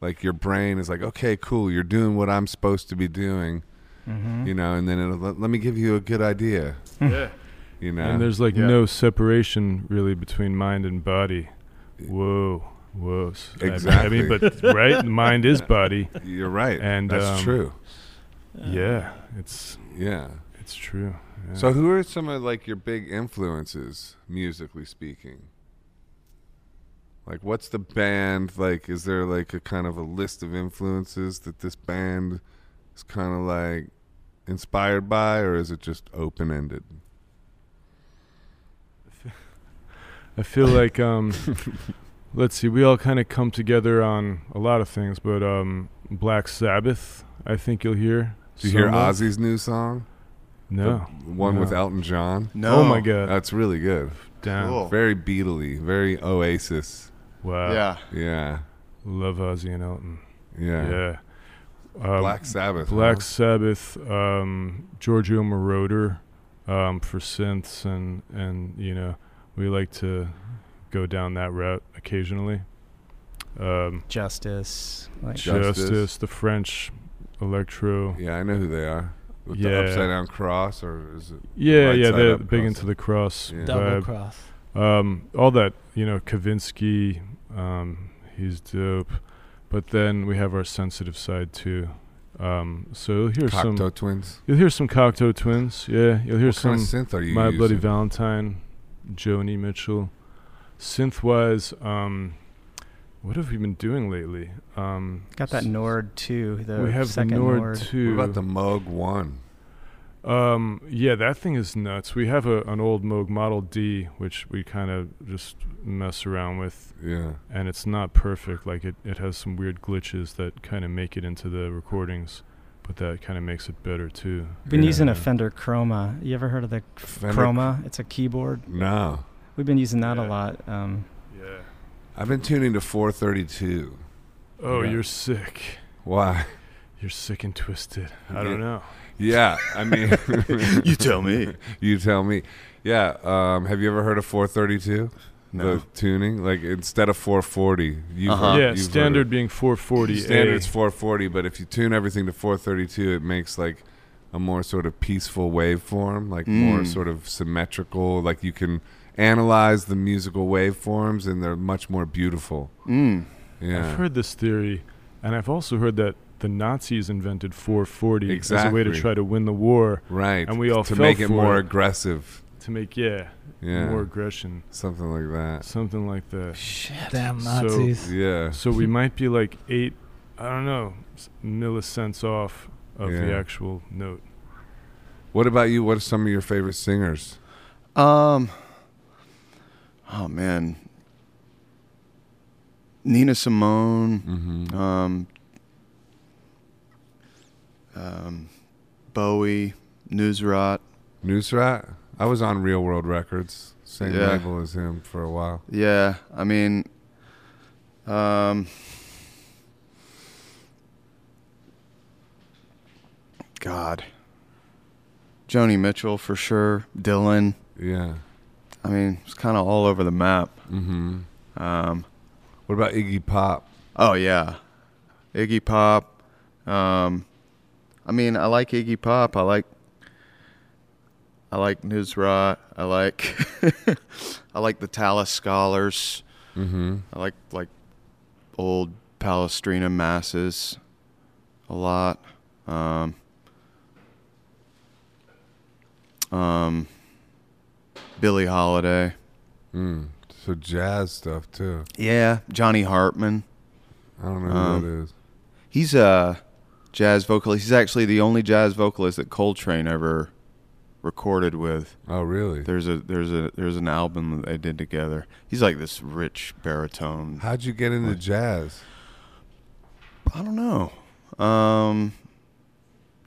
S1: like your brain is like okay cool you're doing what i'm supposed to be doing
S3: Mm-hmm.
S1: you know and then it'll, let, let me give you a good idea
S4: Yeah.
S1: you know
S4: Hmm. And there's like
S2: Yeah.
S4: no separation really between mind and body. Whoa, whoa. S- I mean- I mean,
S1: E Exactly.
S4: but right, mind is body.
S1: you're right
S4: and,
S1: that's
S4: um,
S1: true
S4: Yeah, it's
S1: yeah
S4: it's true. Yeah.
S1: so who are some of like your big influences musically speaking like what's the band like is there like a kind of a list of influences that this band is kind of like inspired by or is it just open-ended
S4: I feel like um, let's see, we all kind of come together on a lot of things, but um, Black Sabbath, I think you'll hear.
S1: do you hear
S4: some of.
S1: ozzy's new song
S4: No.
S1: the one with
S4: No.
S1: elton john
S2: no
S4: Oh my god.
S1: that's really good
S4: Damn.
S2: cool
S1: very beatly very oasis
S4: Wow.
S2: yeah
S1: yeah
S4: Love Ozzy and Elton.
S1: yeah,
S4: Yeah. Um,
S1: black sabbath
S4: Black Sabbath, um, Giorgio Moroder um, for synths, and and you know we like to go down that route occasionally. Um,
S3: Justice. Like,
S1: Ju- Justice.
S4: Justice. the French electro,
S1: huh? yeah i know who they are with
S4: Yeah.
S1: the upside down cross or is it
S4: yeah,
S1: Right
S4: yeah,
S1: side
S4: they're
S1: up
S4: big
S1: cross.
S4: into the cross
S1: Yeah.
S5: Double
S4: vibe.
S5: cross.
S4: um, all that you know, Kavinsky, um, he's dope. But then we have our sensitive side too. Um, so you'll hear
S1: cocteau
S4: some,
S1: twins
S4: you'll hear some Cocteau Twins. Yeah, you'll hear
S1: what
S4: some.
S1: kind of synth are you
S4: My Bloody
S1: using?
S4: Valentine, Joni Mitchell. Synth wise, um, what have we been doing lately? Um,
S3: got that Nord too. The
S4: we have the
S3: second
S4: Nord,
S3: Nord.
S4: 2.
S1: What about the Moog One?
S4: um, yeah, that thing is nuts. We have a, an old Moog Model D, which we kind of just mess around with,
S1: Yeah,
S4: and it's not perfect. Like, it, it has some weird glitches that kind of make it into the recordings, but that kind of makes it better, too.
S3: Been
S1: Yeah.
S3: using a Fender Chroma. You ever heard of the
S1: Fender-
S3: Chroma? It's a keyboard.
S1: No,
S3: We've been using that a
S4: Yeah.
S3: lot. Um,
S4: Yeah.
S1: I've been tuning to 432.
S4: Oh,
S1: Yeah.
S4: you're sick.
S1: Why?
S4: You're sick and twisted.
S1: Yeah.
S4: I don't know.
S1: Yeah, I mean,
S2: you tell me
S1: you tell me. Yeah, um, have you ever heard of 432?
S2: no
S1: The tuning, like instead of 440, you've
S2: Uh-huh.
S1: heard-
S4: yeah,
S1: you've
S4: standard
S1: heard
S4: being
S1: of-
S4: 440.
S1: standards 440, but if you tune everything to 432, it makes like a more sort of peaceful waveform, like more
S2: Mm.
S1: sort of symmetrical. Like you can analyze the musical waveforms, and they're much more beautiful.
S2: mm.
S1: Yeah,
S4: I've heard this theory, and I've also heard that the Nazis invented 440 as a way to
S1: Exactly.
S4: try to win the war
S1: Right.
S4: And we all
S1: to
S4: fell
S1: make it
S4: for
S1: more
S4: it.
S1: aggressive.
S4: to make yeah,
S1: Yeah.
S4: more aggression,
S1: Something like that.
S4: something like that.
S5: Shit. Damn
S4: So-
S5: Nazis.
S1: Yeah.
S4: So we might be like eight, I don't know, s- millicents off of the
S1: Yeah.
S4: actual note.
S1: What about you? What are some of your favorite singers?
S2: Um. Oh man. Nina Simone,
S1: Mm-hmm.
S4: Uh,
S2: um, um, Bowie, Newsrat.
S1: Newsrat? I was on Real World Records, same
S2: Yeah.
S1: label as him for a while.
S2: Yeah, I mean, um, God. Joni Mitchell for sure. Dylan.
S1: Yeah.
S2: I mean, it's kind of all over the map.
S1: Mm-hmm.
S2: Um,
S1: What about Iggy Pop?
S2: oh yeah, Iggy Pop. Um, I mean, I like Iggy Pop. I like. I like Nusrat. I like. I like the Talis Scholars.
S1: Mm-hmm.
S2: I like like old Palestrina masses a lot. Um, um, Billie Holiday.
S1: Mm. So jazz stuff too.
S2: Yeah, Johnny Hartman.
S1: I don't know who
S2: Um,
S1: that is.
S2: He's a jazz vocalist. He's actually the only jazz vocalist that Coltrane ever recorded with.
S1: Oh, really?
S2: There's a there's a there's an album that they did together. He's like this rich baritone.
S1: How'd you get into jazz?
S2: I don't know. Um,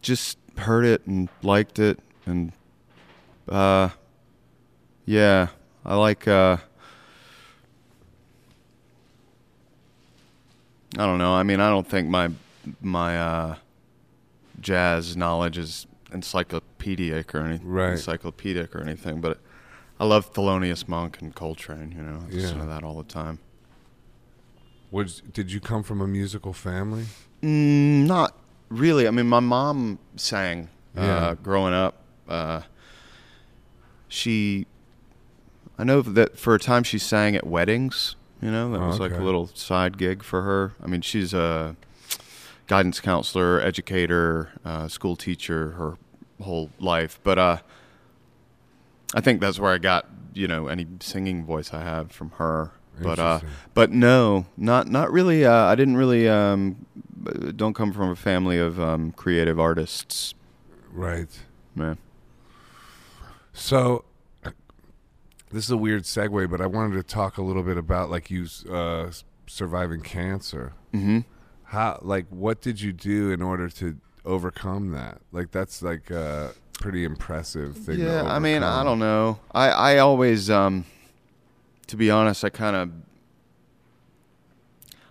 S2: just heard it and liked it, and uh, yeah, I like. Uh, I don't know. I mean, I don't think my my uh, jazz knowledge is encyclopedic or anything,
S1: Right.
S2: encyclopedic or anything, but I love Thelonious Monk and Coltrane. You know, I listen
S1: Yeah.
S2: to that all the time.
S1: Was, did you come from a musical family?
S2: Mm, not really. I mean, my mom sang uh,
S1: Yeah.
S2: growing up. Uh, she, I know that for a time she sang at weddings. You know, that
S1: Oh,
S2: was like
S1: okay.
S2: a little side gig for her. I mean, she's a guidance counselor, educator, uh, school teacher her whole life. But uh, I think that's where I got you know any singing voice I have from her. But uh,
S1: Interesting.
S2: but no, not not really. Uh, I didn't really. Um, b- don't come from a family of um, creative artists.
S1: Right.
S2: Man.
S1: So uh, this is a weird segue, but I wanted to talk a little bit about like you uh, s- surviving cancer.
S2: Mm-hmm.
S1: How like what did you do in order to overcome that? Like that's like a pretty impressive thing. to
S2: Yeah, I mean, I
S1: overcome.
S2: don't know. I I always, um, to be honest, I kind of,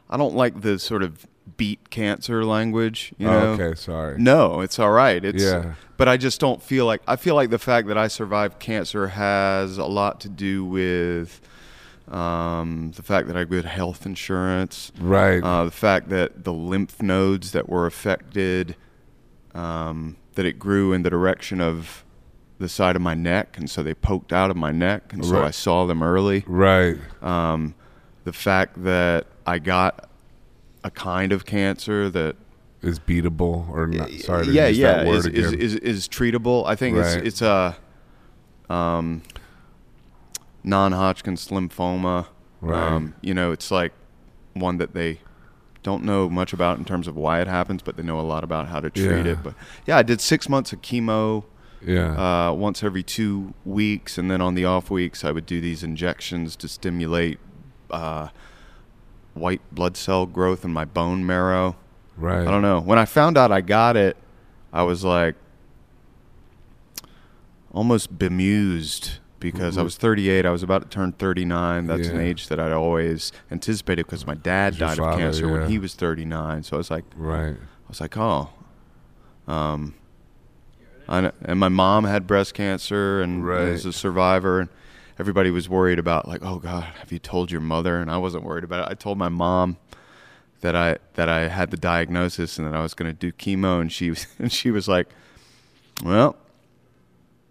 S2: I don't like the sort of beat cancer language. You
S1: Oh,
S2: know?
S1: okay, sorry.
S2: No, it's all right. It's
S1: Yeah.
S2: but I just don't feel like I feel like the fact that I survived cancer has a lot to do with um, the fact that I had good health insurance,
S1: Right.
S2: uh, the fact that the lymph nodes that were affected um, that it grew in the direction of the side of my neck, and so they poked out of my neck, and so
S1: Right.
S2: I saw them early
S1: right.
S2: um, the fact that I got a kind of cancer that
S1: Is beatable or not? Uh, Sorry. To
S2: yeah
S1: use
S2: yeah
S1: That word
S2: is, is,
S1: again.
S2: is is treatable. I think
S1: Right.
S2: it's it's a um, non-Hodgkin's lymphoma.
S1: Right.
S2: Um, you know, it's like one that they don't know much about in terms of why it happens, but they know a lot about how to treat
S1: Yeah.
S2: it. But yeah, I did six months of chemo
S1: yeah.
S2: uh, once every two weeks, and then on the off weeks, I would do these injections to stimulate uh, white blood cell growth in my bone marrow.
S1: right.
S2: I don't know. When I found out I got it, I was like almost bemused because I was 38. I was about to turn 39. That's an
S1: Mm-hmm. Yeah.
S2: age that I'd always anticipated because my dad
S1: Was your
S2: died
S1: father,
S2: of cancer
S1: yeah.
S2: when he was 39. So I was like,
S1: Right.
S2: I was like, oh, um, I, kn- and my mom had breast cancer and
S1: Right.
S2: was a survivor, and everybody was worried about like, oh God, have you told your mother? And I wasn't worried about it. I told my mom that I that I had the diagnosis and that I was going to do chemo, and she was, and she was like, well,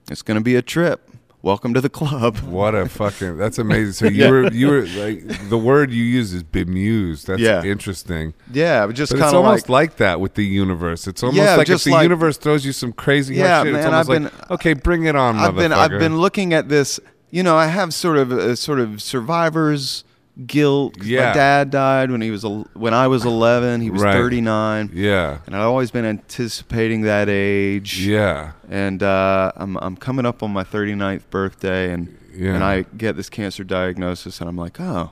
S2: it's going to be a trip. Welcome to the club.
S1: What a fucking that's amazing. So you
S2: Yeah.
S1: were you were like the word you use is bemused. That's
S2: Yeah.
S1: interesting.
S2: Yeah, but just
S1: But
S2: kind
S1: it's
S2: of
S1: almost like, that with the universe. It's almost
S2: Yeah,
S1: like
S2: just
S1: if the
S2: like-
S1: universe throws you some crazy hot
S2: Yeah,
S1: shit, it's
S2: man,
S1: almost
S2: I've
S1: like
S2: been-
S1: okay, bring it on,
S2: I've been
S1: motherfucker.
S2: I've been looking at this. You know, I have sort of a sort of survivor's guilt. 'cause
S1: Yeah.
S2: My dad died when he was el- when I was 11. He was
S1: Right.
S2: 39,
S1: yeah,
S2: and I've always been anticipating that age.
S1: yeah,
S2: And uh, I'm I'm coming up on my 39th birthday, and
S1: Yeah.
S2: and I get this cancer diagnosis, and I'm like, oh,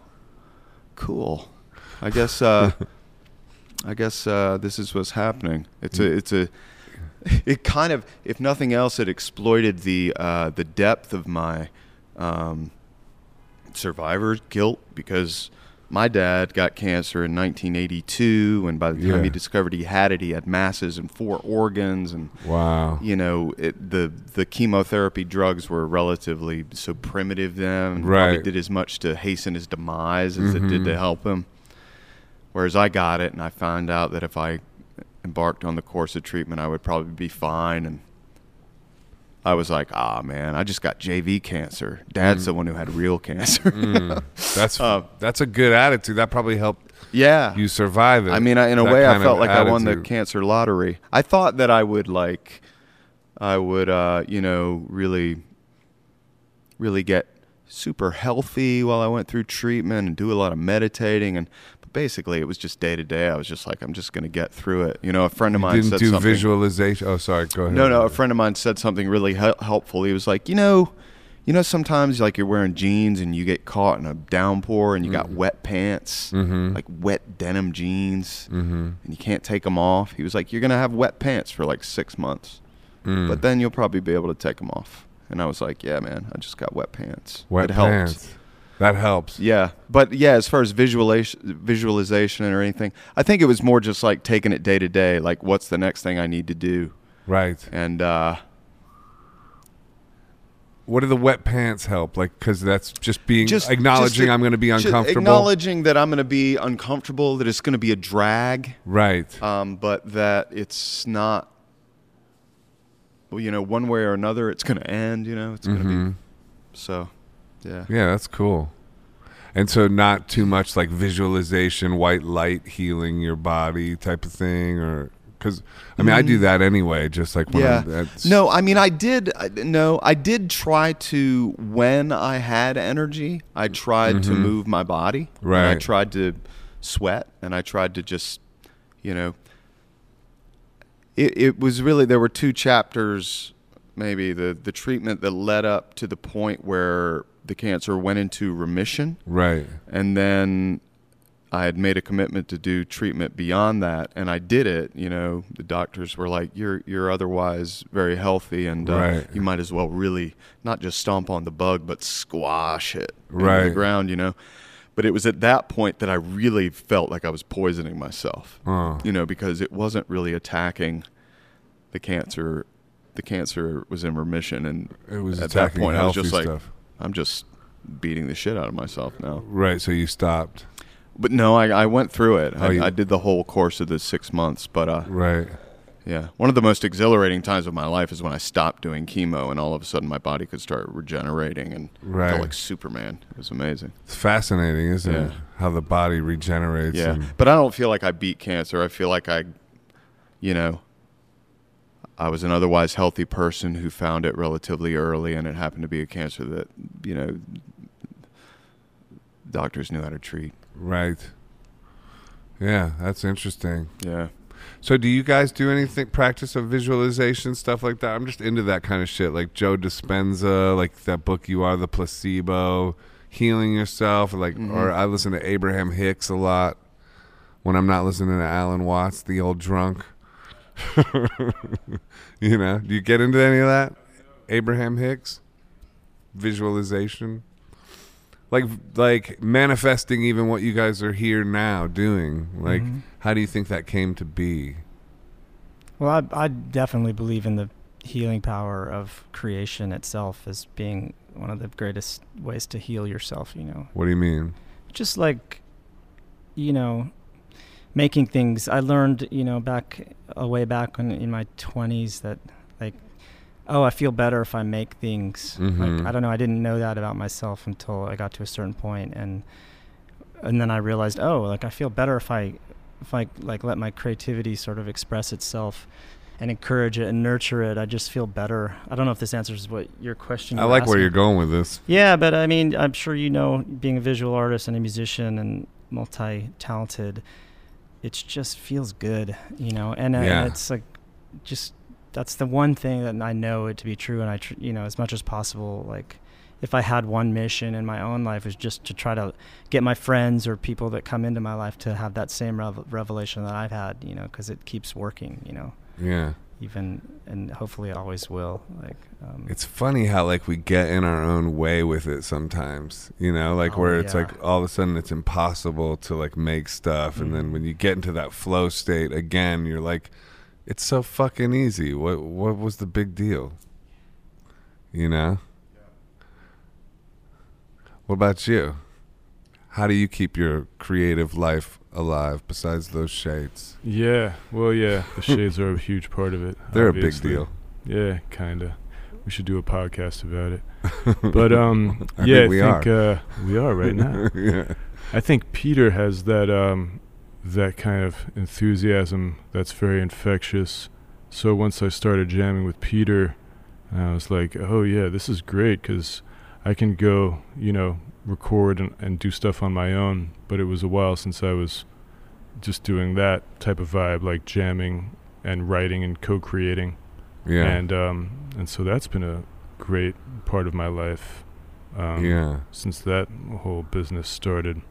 S2: cool. I guess uh, I guess uh, this is what's happening. It's
S1: Mm.
S2: a it's a it kind of if nothing else it exploited the uh, the depth of my um, survivor guilt because my dad got cancer in 1982, and by the time
S1: Yeah.
S2: he discovered he had it, he had masses in four organs, and
S1: Wow.
S2: you know it, the the chemotherapy drugs were relatively so primitive then and
S1: Right.
S2: probably did as much to hasten his demise as it
S1: Mhm.
S2: did to help him whereas i got it and i found out that if i embarked on the course of treatment i would probably be fine and i was like ah man i just got jv cancer dad's the one who had real cancer
S1: That's
S2: Uh,
S1: that's a good attitude. That probably helped
S2: yeah
S1: you survive it.
S2: I mean, I, in a
S1: That
S2: way, I
S1: kind of
S2: felt like I won the
S1: attitude.
S2: cancer lottery. I thought that I would like, I would, uh, you know, really, really get super healthy while I went through treatment and do a lot of meditating and. But basically, it was just day to day. I was just like, I'm just going to get through it. You know, a friend of mine
S1: didn't
S2: said
S1: do
S2: something.
S1: visualization. Oh, sorry. Go ahead.
S2: No, no. A friend of mine said something really hel- helpful. He was like, you know, you know, sometimes like you're wearing jeans and you get caught in a downpour and you
S1: Mm.
S2: got wet pants,
S1: Mm-hmm.
S2: like wet denim jeans, and you can't take them off. He was like, you're gonna have wet pants for like six months,
S1: Mm-hmm. Mm.
S2: but then you'll probably be able to take them off. And I was like, yeah, man, I just got wet pants.
S1: Wet
S2: it helps.
S1: pants. That helps.
S2: Yeah, but yeah, as far as visualization, visualization or anything, I think it was more just like taking it day to day. Like, what's the next thing I need to do?
S1: Right.
S2: And uh,
S1: What do the wet pants help? Like, because that's just being
S2: Just-
S1: acknowledging
S2: just the-
S1: I'm going to be
S2: Just
S1: uncomfortable.
S2: Acknowledging that I'm going to be uncomfortable, that it's going to be a drag,
S1: right.
S2: um, but that it's not. Well, you know, one way or another, it's going to end. You know, it's going to
S1: hmm
S2: be so. Yeah.
S1: Yeah, that's cool. And so, not too much like visualization, white light healing your body type of thing, or because I mean, I do that anyway. Just like when
S2: Mm. Yeah.
S1: I'm, that's,
S2: No, I mean, I did. I- No, I did try to. When I had energy, I tried to move my body. and I
S1: Mm-hmm. Right.
S2: tried to sweat, and I tried to just, you know. It it was really there were two chapters, maybe the the treatment that led up to the point where the cancer went into remission,
S1: right,
S2: and then I had made a commitment to do treatment beyond that, and I did it. You know, the doctors were like, "You're you're otherwise very healthy, and uh,
S1: Right.
S2: you might as well really not just stomp on the bug, but squash it into
S1: Right.
S2: the ground." You know, but it was at that point that I really felt like I was poisoning myself.
S1: Huh.
S2: You know, because it wasn't really attacking the cancer. The cancer was in remission, and
S1: it was
S2: at that
S1: attacking
S2: point, I was
S1: healthy
S2: just like,
S1: stuff.
S2: I'm just beating the shit out of myself now.
S1: Right, so you stopped.
S2: But no, I, I went through it.
S1: Oh,
S2: I,
S1: you- Mm.
S2: I did the whole course of the six months. But uh,
S1: Right.
S2: yeah, one of the most exhilarating times of my life is when I stopped doing chemo and all of a sudden my body could start regenerating and I
S1: Right.
S2: felt like Superman. It was amazing.
S1: It's fascinating, isn't it?
S2: Yeah.
S1: How the body regenerates.
S2: yeah.
S1: and-
S2: But I don't feel like I beat cancer. I feel like I, you know, I was an otherwise healthy person who found it relatively early and it happened to be a cancer that, you know, doctors knew how to treat.
S1: right. Yeah, that's interesting.
S2: Yeah.
S1: So, do you guys do anything, practice of visualization, stuff like that? I'm just into that kind of shit, like Joe Dispenza, like that book, You Are the Placebo, Healing Yourself, like,
S2: Mm-hmm.
S1: or I listen to Abraham Hicks a lot when I'm not listening to Alan Watts, the old drunk. you know, do you get into any of that? Abraham Hicks? Visualization? Like, like manifesting even what you guys are here now doing. Like, how do you think that came to be?
S3: Well, I, I definitely believe in the healing power of creation itself as being one of the greatest ways to heal yourself, you know.
S1: What do you mean?
S3: Just like, you know, making things. I learned, you know, back a way back when, in my 20s that, like, oh, I feel better if I make things.
S1: Mhm.
S3: Like, I don't know. I didn't know that about myself until I got to a certain point, and and then I realized, oh, like I feel better if I if I like let my creativity sort of express itself and encourage it and nurture it. I just feel better. I don't know if this answers what your question.
S1: I
S3: you were
S1: like where
S3: asking.
S1: you're going with this.
S3: Yeah, but I mean, I'm sure you know, being a visual artist and a musician and multi-talented, it just feels good, you know. And, uh, and
S1: Yeah.
S3: it's like, just that's the one thing that I know it to be true. And I, tr- you know, as much as possible, like, if I had one mission in my own life, is just to try to get my friends or people that come into my life to have that same rev- revelation that I've had, you know, because it keeps working, you know.
S1: Yeah.
S3: even and hopefully always will. Like um,
S1: It's funny how like we get in our own way with it sometimes, you know, like
S3: Oh,
S1: where it's
S3: yeah.
S1: like all of a sudden it's impossible to like make stuff, and then
S3: Mhm.
S1: when you get into that flow state again, you're like, it's so fucking easy. What what was the big deal? You know. What about you? How do you keep your creative life alive besides those shades?
S4: Yeah. Well, yeah. The shades are a huge part of it.
S1: They're
S4: obviously.
S1: a big deal.
S4: Yeah, kinda. We should do a podcast about it. But um,
S1: I
S4: yeah,
S1: think we
S4: I think Uh, we are right now.
S1: yeah.
S4: I think Peter has that um, that kind of enthusiasm that's very infectious. So once I started jamming with Peter, I was like, "Oh yeah, this is great because I can go, you know, record and, and do stuff on my own." But it was a while since I was just doing that type of vibe, like jamming and writing and co-creating
S1: Yeah.
S4: and um, and so that's been a great part of my life. Um,
S1: yeah.
S4: Since that whole business started,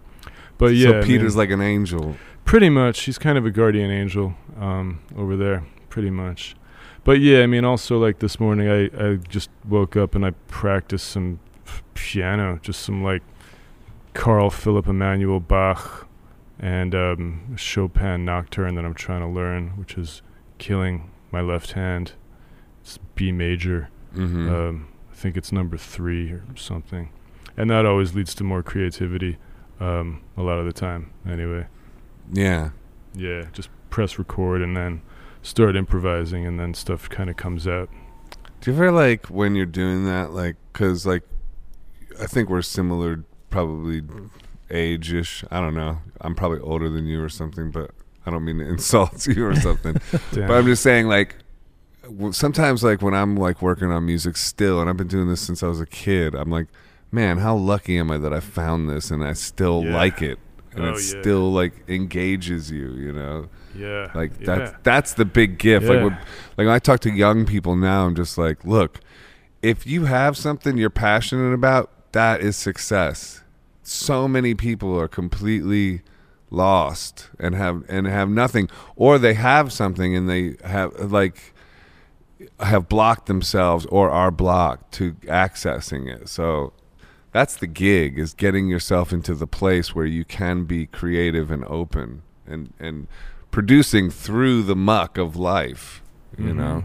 S4: but yeah,
S1: so Peter's like an angel.
S4: like pretty much he's kind of a guardian angel um, over there, pretty much. But yeah, I mean, also like this morning, I I just woke up and I practiced some f- piano, just some like Carl Philipp Emanuel Bach and um, Chopin Nocturne that I'm trying to learn, which is killing my left hand. It's B major.
S1: Mm-hmm.
S4: Um, I think it's number three or something, and that always leads to more creativity. Um, a lot of the time, anyway.
S1: yeah.
S4: Yeah, just press record and then start improvising, and then stuff kind of comes out.
S1: Do you ever like when you're doing that, like, cause like, I think we're similar, probably age ish. I don't know. I'm probably older than you or something, but I don't mean to insult you or something.
S4: Damn.
S1: But I'm just saying, like, w- sometimes, like, when I'm like working on music still, and I've been doing this since I was a kid, I'm like, man, how lucky am I that I found this and I still
S4: Yeah.
S1: like it. And
S4: Oh,
S1: it
S4: yeah.
S1: still like engages you, you know.
S4: yeah,
S1: Like
S4: yeah.
S1: that's that's the big gift. Like
S4: Yeah.
S1: when, like when I talk to young people now, I'm just like, look, if you have something you're passionate about, that is success. So many people are completely lost and have and have nothing, or they have something and they have like have blocked themselves or are blocked to accessing it. So that's the gig is getting yourself into the place where you can be creative and open and and producing through the muck of life you
S4: Mhm.
S1: know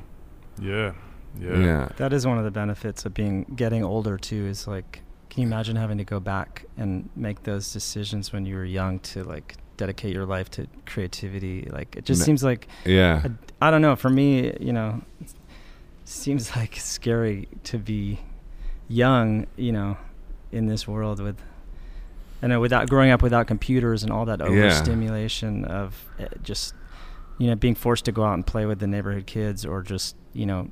S4: yeah, yeah,
S1: yeah yeah,
S3: that is one of the benefits of being getting older too. Is like, can you imagine having to go back and make those decisions when you were young to like dedicate your life to creativity? Like, it just
S1: No.
S3: seems like I, I don't know. For me, you know, it seems like scary to be young, you know, in this world with, I know, without growing up without computers and all that overstimulation of uh, just, you know, being forced to go out and play with the neighborhood kids or just, you know,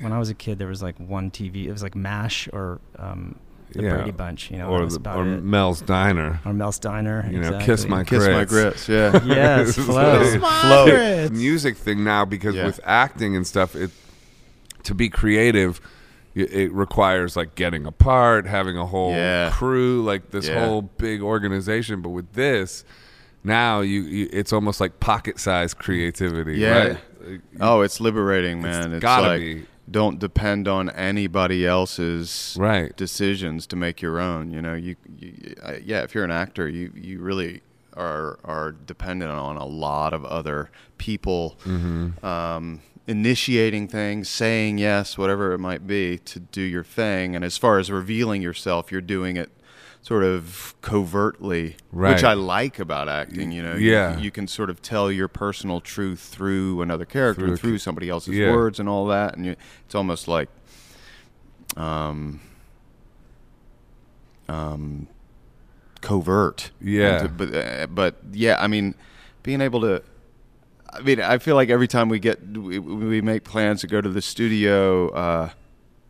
S3: when I was a kid, there was like one TV. It was like MASH or um, the
S1: Yeah.
S3: Brady Bunch, you know, that
S1: or,
S3: was
S1: the,
S3: about
S1: or
S3: it.
S1: mel's diner
S3: or Mel's Diner.
S1: you know
S3: exactly.
S1: kiss my
S2: Kiss my grits. Yeah.
S3: Yes,
S1: It's
S3: flow.
S1: like-
S5: Kiss my
S2: Flow.
S5: grits.
S1: music thing now because
S2: Yeah.
S1: with acting and stuff, it to be creative, y- it requires like getting apart, having a whole
S2: Yeah.
S1: crew, like this
S2: Yeah.
S1: whole big organization. But with this, now you, you it's almost like pocket sized creativity.
S2: Yeah.
S1: right? Like,
S2: Oh, it's liberating, man.
S1: it's
S2: It's,
S1: gotta
S2: like
S1: be
S2: don't depend on anybody else's
S1: right.
S2: decisions to make your own. You know, you, you I, yeah. If you're an actor, you you really are are dependent on a lot of other people
S1: Mm-hmm.
S2: um, initiating things, saying yes, whatever it might be, to do your thing. And as far as revealing yourself, you're doing it sort of covertly,
S1: Right.
S2: which I like about acting. You know, You-
S1: Yeah.
S2: you, can sort of tell your personal truth through another character,
S1: Through a
S2: through, somebody else's
S1: Yeah.
S2: words, and all that. And you, it's almost like. Um, um, covert.
S1: Yeah.
S2: And to- but uh, but yeah, I mean, being able to. I mean, I feel like every time we get we, we make plans to go to the studio, uh,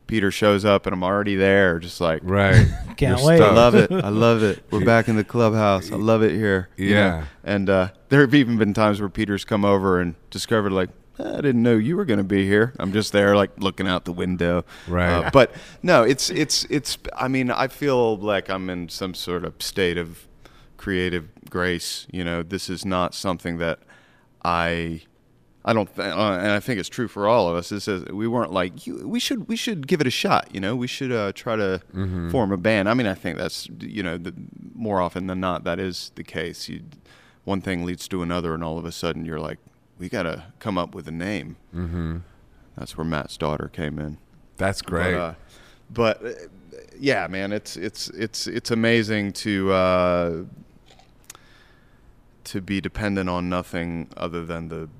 S2: Peter shows up and I'm already there, just like
S1: Right.
S5: Can't
S1: You're
S5: wait.
S2: I
S1: stuck.
S2: love it. I love it. We're back in the clubhouse. I love it here. you know?
S1: Yeah.
S2: And uh, there have even been times where Peter's come over and discovered like. I didn't know you were going to be here. I'm just there, like looking out the window.
S1: Right.
S2: Uh, but no, it's it's it's. I mean, I feel like I'm in some sort of state of creative grace. You know, this is not something that I I don't, th- uh, and I think it's true for all of us. It says we weren't like you, we should we should give it a shot. You know, we should uh, try to form a band. I mean, I think that's you know the, more often than not that is the case. You, one thing leads to another, and all of a sudden you're like, we gotta come up with a name. Mm-hmm. That's where Matt's daughter came in.
S1: That's great.
S2: But, uh, but uh, yeah, man, it's it's it's it's amazing to uh, to be dependent on nothing other than the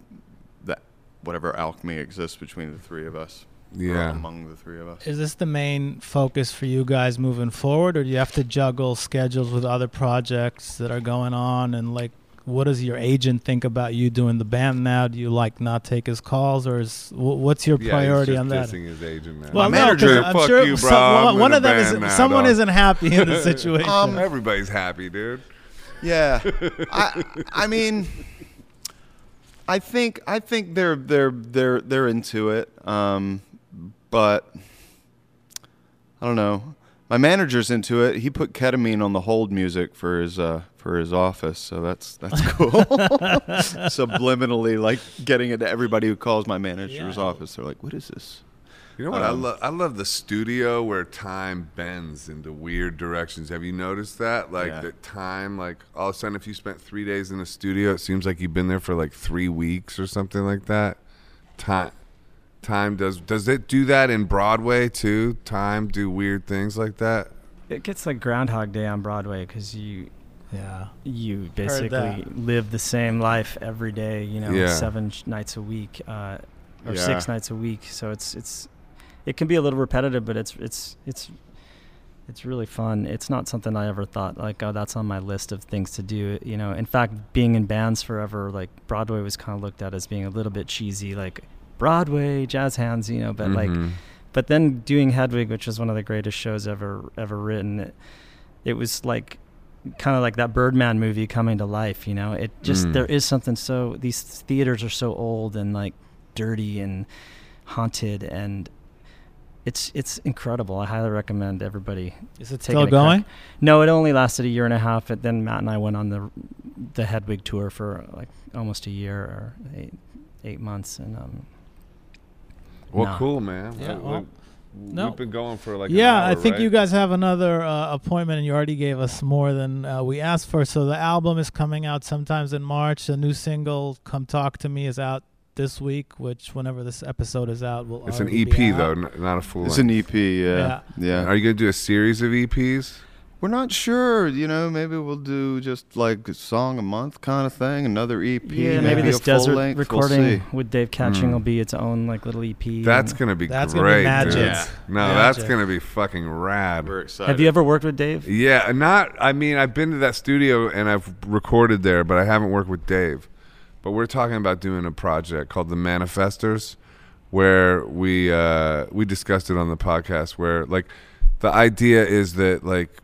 S2: that whatever alchemy exists between the three of us. or
S5: oh,
S1: Yeah.
S2: among the three of us.
S5: Is this the main focus for you guys moving forward, or do you have to juggle schedules with other projects that are going on? And like, what does your agent think about you doing the band now? Do you like not take his calls, or is wh- what's your
S1: Yeah, he's
S5: priority
S1: just
S5: on that?
S1: dissing his agent now.
S5: Well,
S2: My
S5: no, 'cause
S2: manager,
S5: I'm
S1: fuck
S5: sure
S1: you,
S5: some-
S1: bro, I'm
S5: one,
S1: in
S5: one
S1: a
S5: of them is
S1: band now,
S5: someone
S1: dog.
S5: isn't happy in the situation.
S2: Um,
S1: Everybody's happy, dude.
S2: Yeah, I, I mean, I think I think they're they're they're they're into it, um, but I don't know. My manager's into it. He put ketamine on the hold music for his uh, for his office, so that's that's cool. Subliminally, like getting it to everybody who calls my manager's
S5: Yeah.
S2: office. They're like, "What is this?"
S1: You know what I
S2: Um,
S1: love? I love the studio where time bends into weird directions. Have you noticed that? Like
S2: Yeah.
S1: that time, like all of a sudden, if you spent three days in the studio, it seems like you've been there for like three weeks or something like that. Time, time does does it do that in Broadway too? Time do weird things like that.
S3: It gets like Groundhog Day on Broadway because you
S5: yeah.
S3: you
S5: that.
S3: basically live the same life every day. You know,
S1: Yeah.
S3: seven sh- nights a week uh, or
S2: Yeah.
S3: six nights a week. So it's it's it can be a little repetitive, but it's it's it's it's really fun. It's not something I ever thought like oh that's on my list of things to do. You know, in fact, being in bands forever, like Broadway was kind of looked at as being a little bit cheesy, like Broadway jazz hands. You know, but like
S2: Mm-hmm.
S1: Mhm.
S3: but then doing Hedwig, which is one of the greatest shows ever ever written, it, it was like kind of like that Birdman movie coming to life. You know, it just
S1: Mm.
S3: there is something so these theaters are so old and like dirty and haunted and. It's it's incredible. I highly recommend everybody.
S5: Is it
S3: taking
S5: still
S3: a crack.
S5: going?
S3: No, it only lasted a year and a half. But then Matt and I went on the the Hedwig tour for like almost a year or eight eight months, and um,
S1: Well,
S3: Nah.
S1: cool, man.
S5: Yeah,
S1: We-
S5: well,
S1: we,
S5: no.
S1: have been going for like an
S5: yeah, I
S1: hour,
S5: think
S1: right?
S5: you guys have another uh, appointment, and you already gave us more than uh, we asked for. So the album is coming out sometimes in March. The new single "Come Talk to Me" is out this week, which whenever this episode is out, will
S1: It's an
S5: already be
S1: EP
S5: out.
S1: though, n- not a full.
S2: It's
S1: length.
S2: an EP.
S5: Yeah.
S2: Yeah, yeah.
S1: Are you gonna do a series of E EPs?
S2: We're not sure, you know. Maybe we'll do just like a song a month kind of thing, another EP.
S3: Yeah, maybe this
S2: a full
S3: desert
S2: length,
S3: recording
S2: We'll see.
S3: with Dave Catching
S1: Mm.
S3: will be its own like little EP.
S1: That's
S3: and-
S1: gonna be
S5: That's gonna be
S1: great.
S5: magic.
S1: dude.
S2: Yeah.
S1: No,
S5: Magic.
S1: that's gonna be fucking rad.
S2: We're excited.
S3: Have you ever worked with Dave?
S1: Yeah, not. I mean, I've been to that studio and I've recorded there, but I haven't worked with Dave. But we're talking about doing a project called the Manifestors, where we uh, we discussed it on the podcast. Where like the idea is that like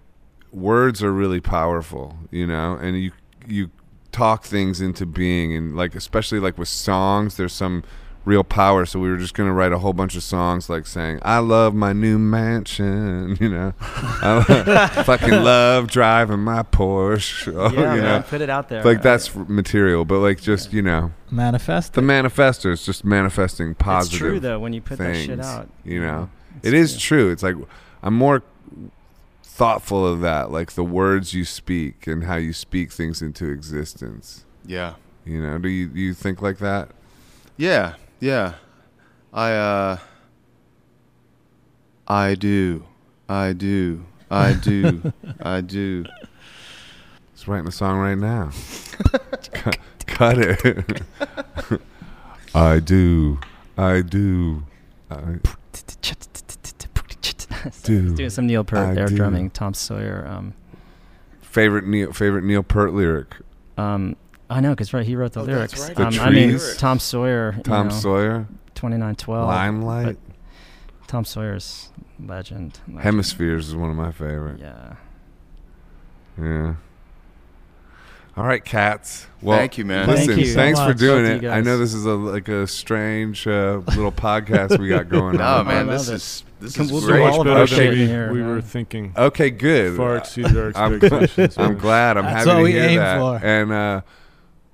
S1: words are really powerful, you know, and you you talk things into being, and like especially like with songs, there's some real power. So we were just gonna write a whole bunch of songs like saying, "I love my new mansion," you know, I fucking love driving my Porsche, you
S3: yeah, man,
S1: know.
S3: put it out there.
S1: Like that's material, but like just you know,
S5: Manifest.
S1: the manifestors just manifesting
S3: It's
S1: positive
S3: true though when you put that shit
S1: things,
S3: out.
S1: you know.
S3: It's
S1: it is
S3: true.
S1: true. It's like I'm more thoughtful of that, like the words you speak and how you speak things into existence.
S2: Yeah,
S1: You know, do you do you think like that?
S2: yeah, yeah. I uh, I do, I do, I do, I do.
S1: He's writing a song right now. cut, cut it. I do, I do, I do.
S3: Doing some Neil
S1: I
S3: Peart air
S1: do.
S3: drumming, Tom Sawyer. Um,
S1: Favorite Neil, favorite Neil Peart lyric.
S3: um, I know, cause right, he wrote the
S2: Oh, that's
S3: lyrics.
S2: right.
S1: The
S3: Um, I mean,
S1: trees.
S3: Tom Sawyer. you
S1: Tom
S3: know,
S1: Sawyer,
S3: Twenty nine twelve.
S1: Limelight,
S3: Tom Sawyer's legend. legend.
S1: Hemispheres is one of my favorite.
S3: Yeah.
S1: Yeah. All right, cats. Well,
S2: Thank you, man.
S1: Listen,
S3: Thank you so
S1: thanks for
S5: much.
S1: doing
S3: Love
S1: it.
S3: you
S1: I know
S3: guys.
S1: this is a like a strange uh, little podcast we got going
S2: No,
S1: on.
S2: Oh, man,
S3: I
S2: this
S3: love
S2: is this
S3: Can-
S2: is
S3: we'll do
S4: So
S2: great.
S3: all
S4: much
S3: of
S4: better
S1: our
S4: than
S1: shit
S4: we,
S3: here,
S4: we
S3: man.
S4: were thinking.
S1: Okay, good.
S4: Far exceeded our
S1: I'm
S4: expectations.
S1: I'm
S4: man.
S1: glad. I'm
S5: That's
S1: happy
S5: what
S1: to
S5: we
S1: hear
S5: aim
S1: that.
S5: for.
S1: And uh,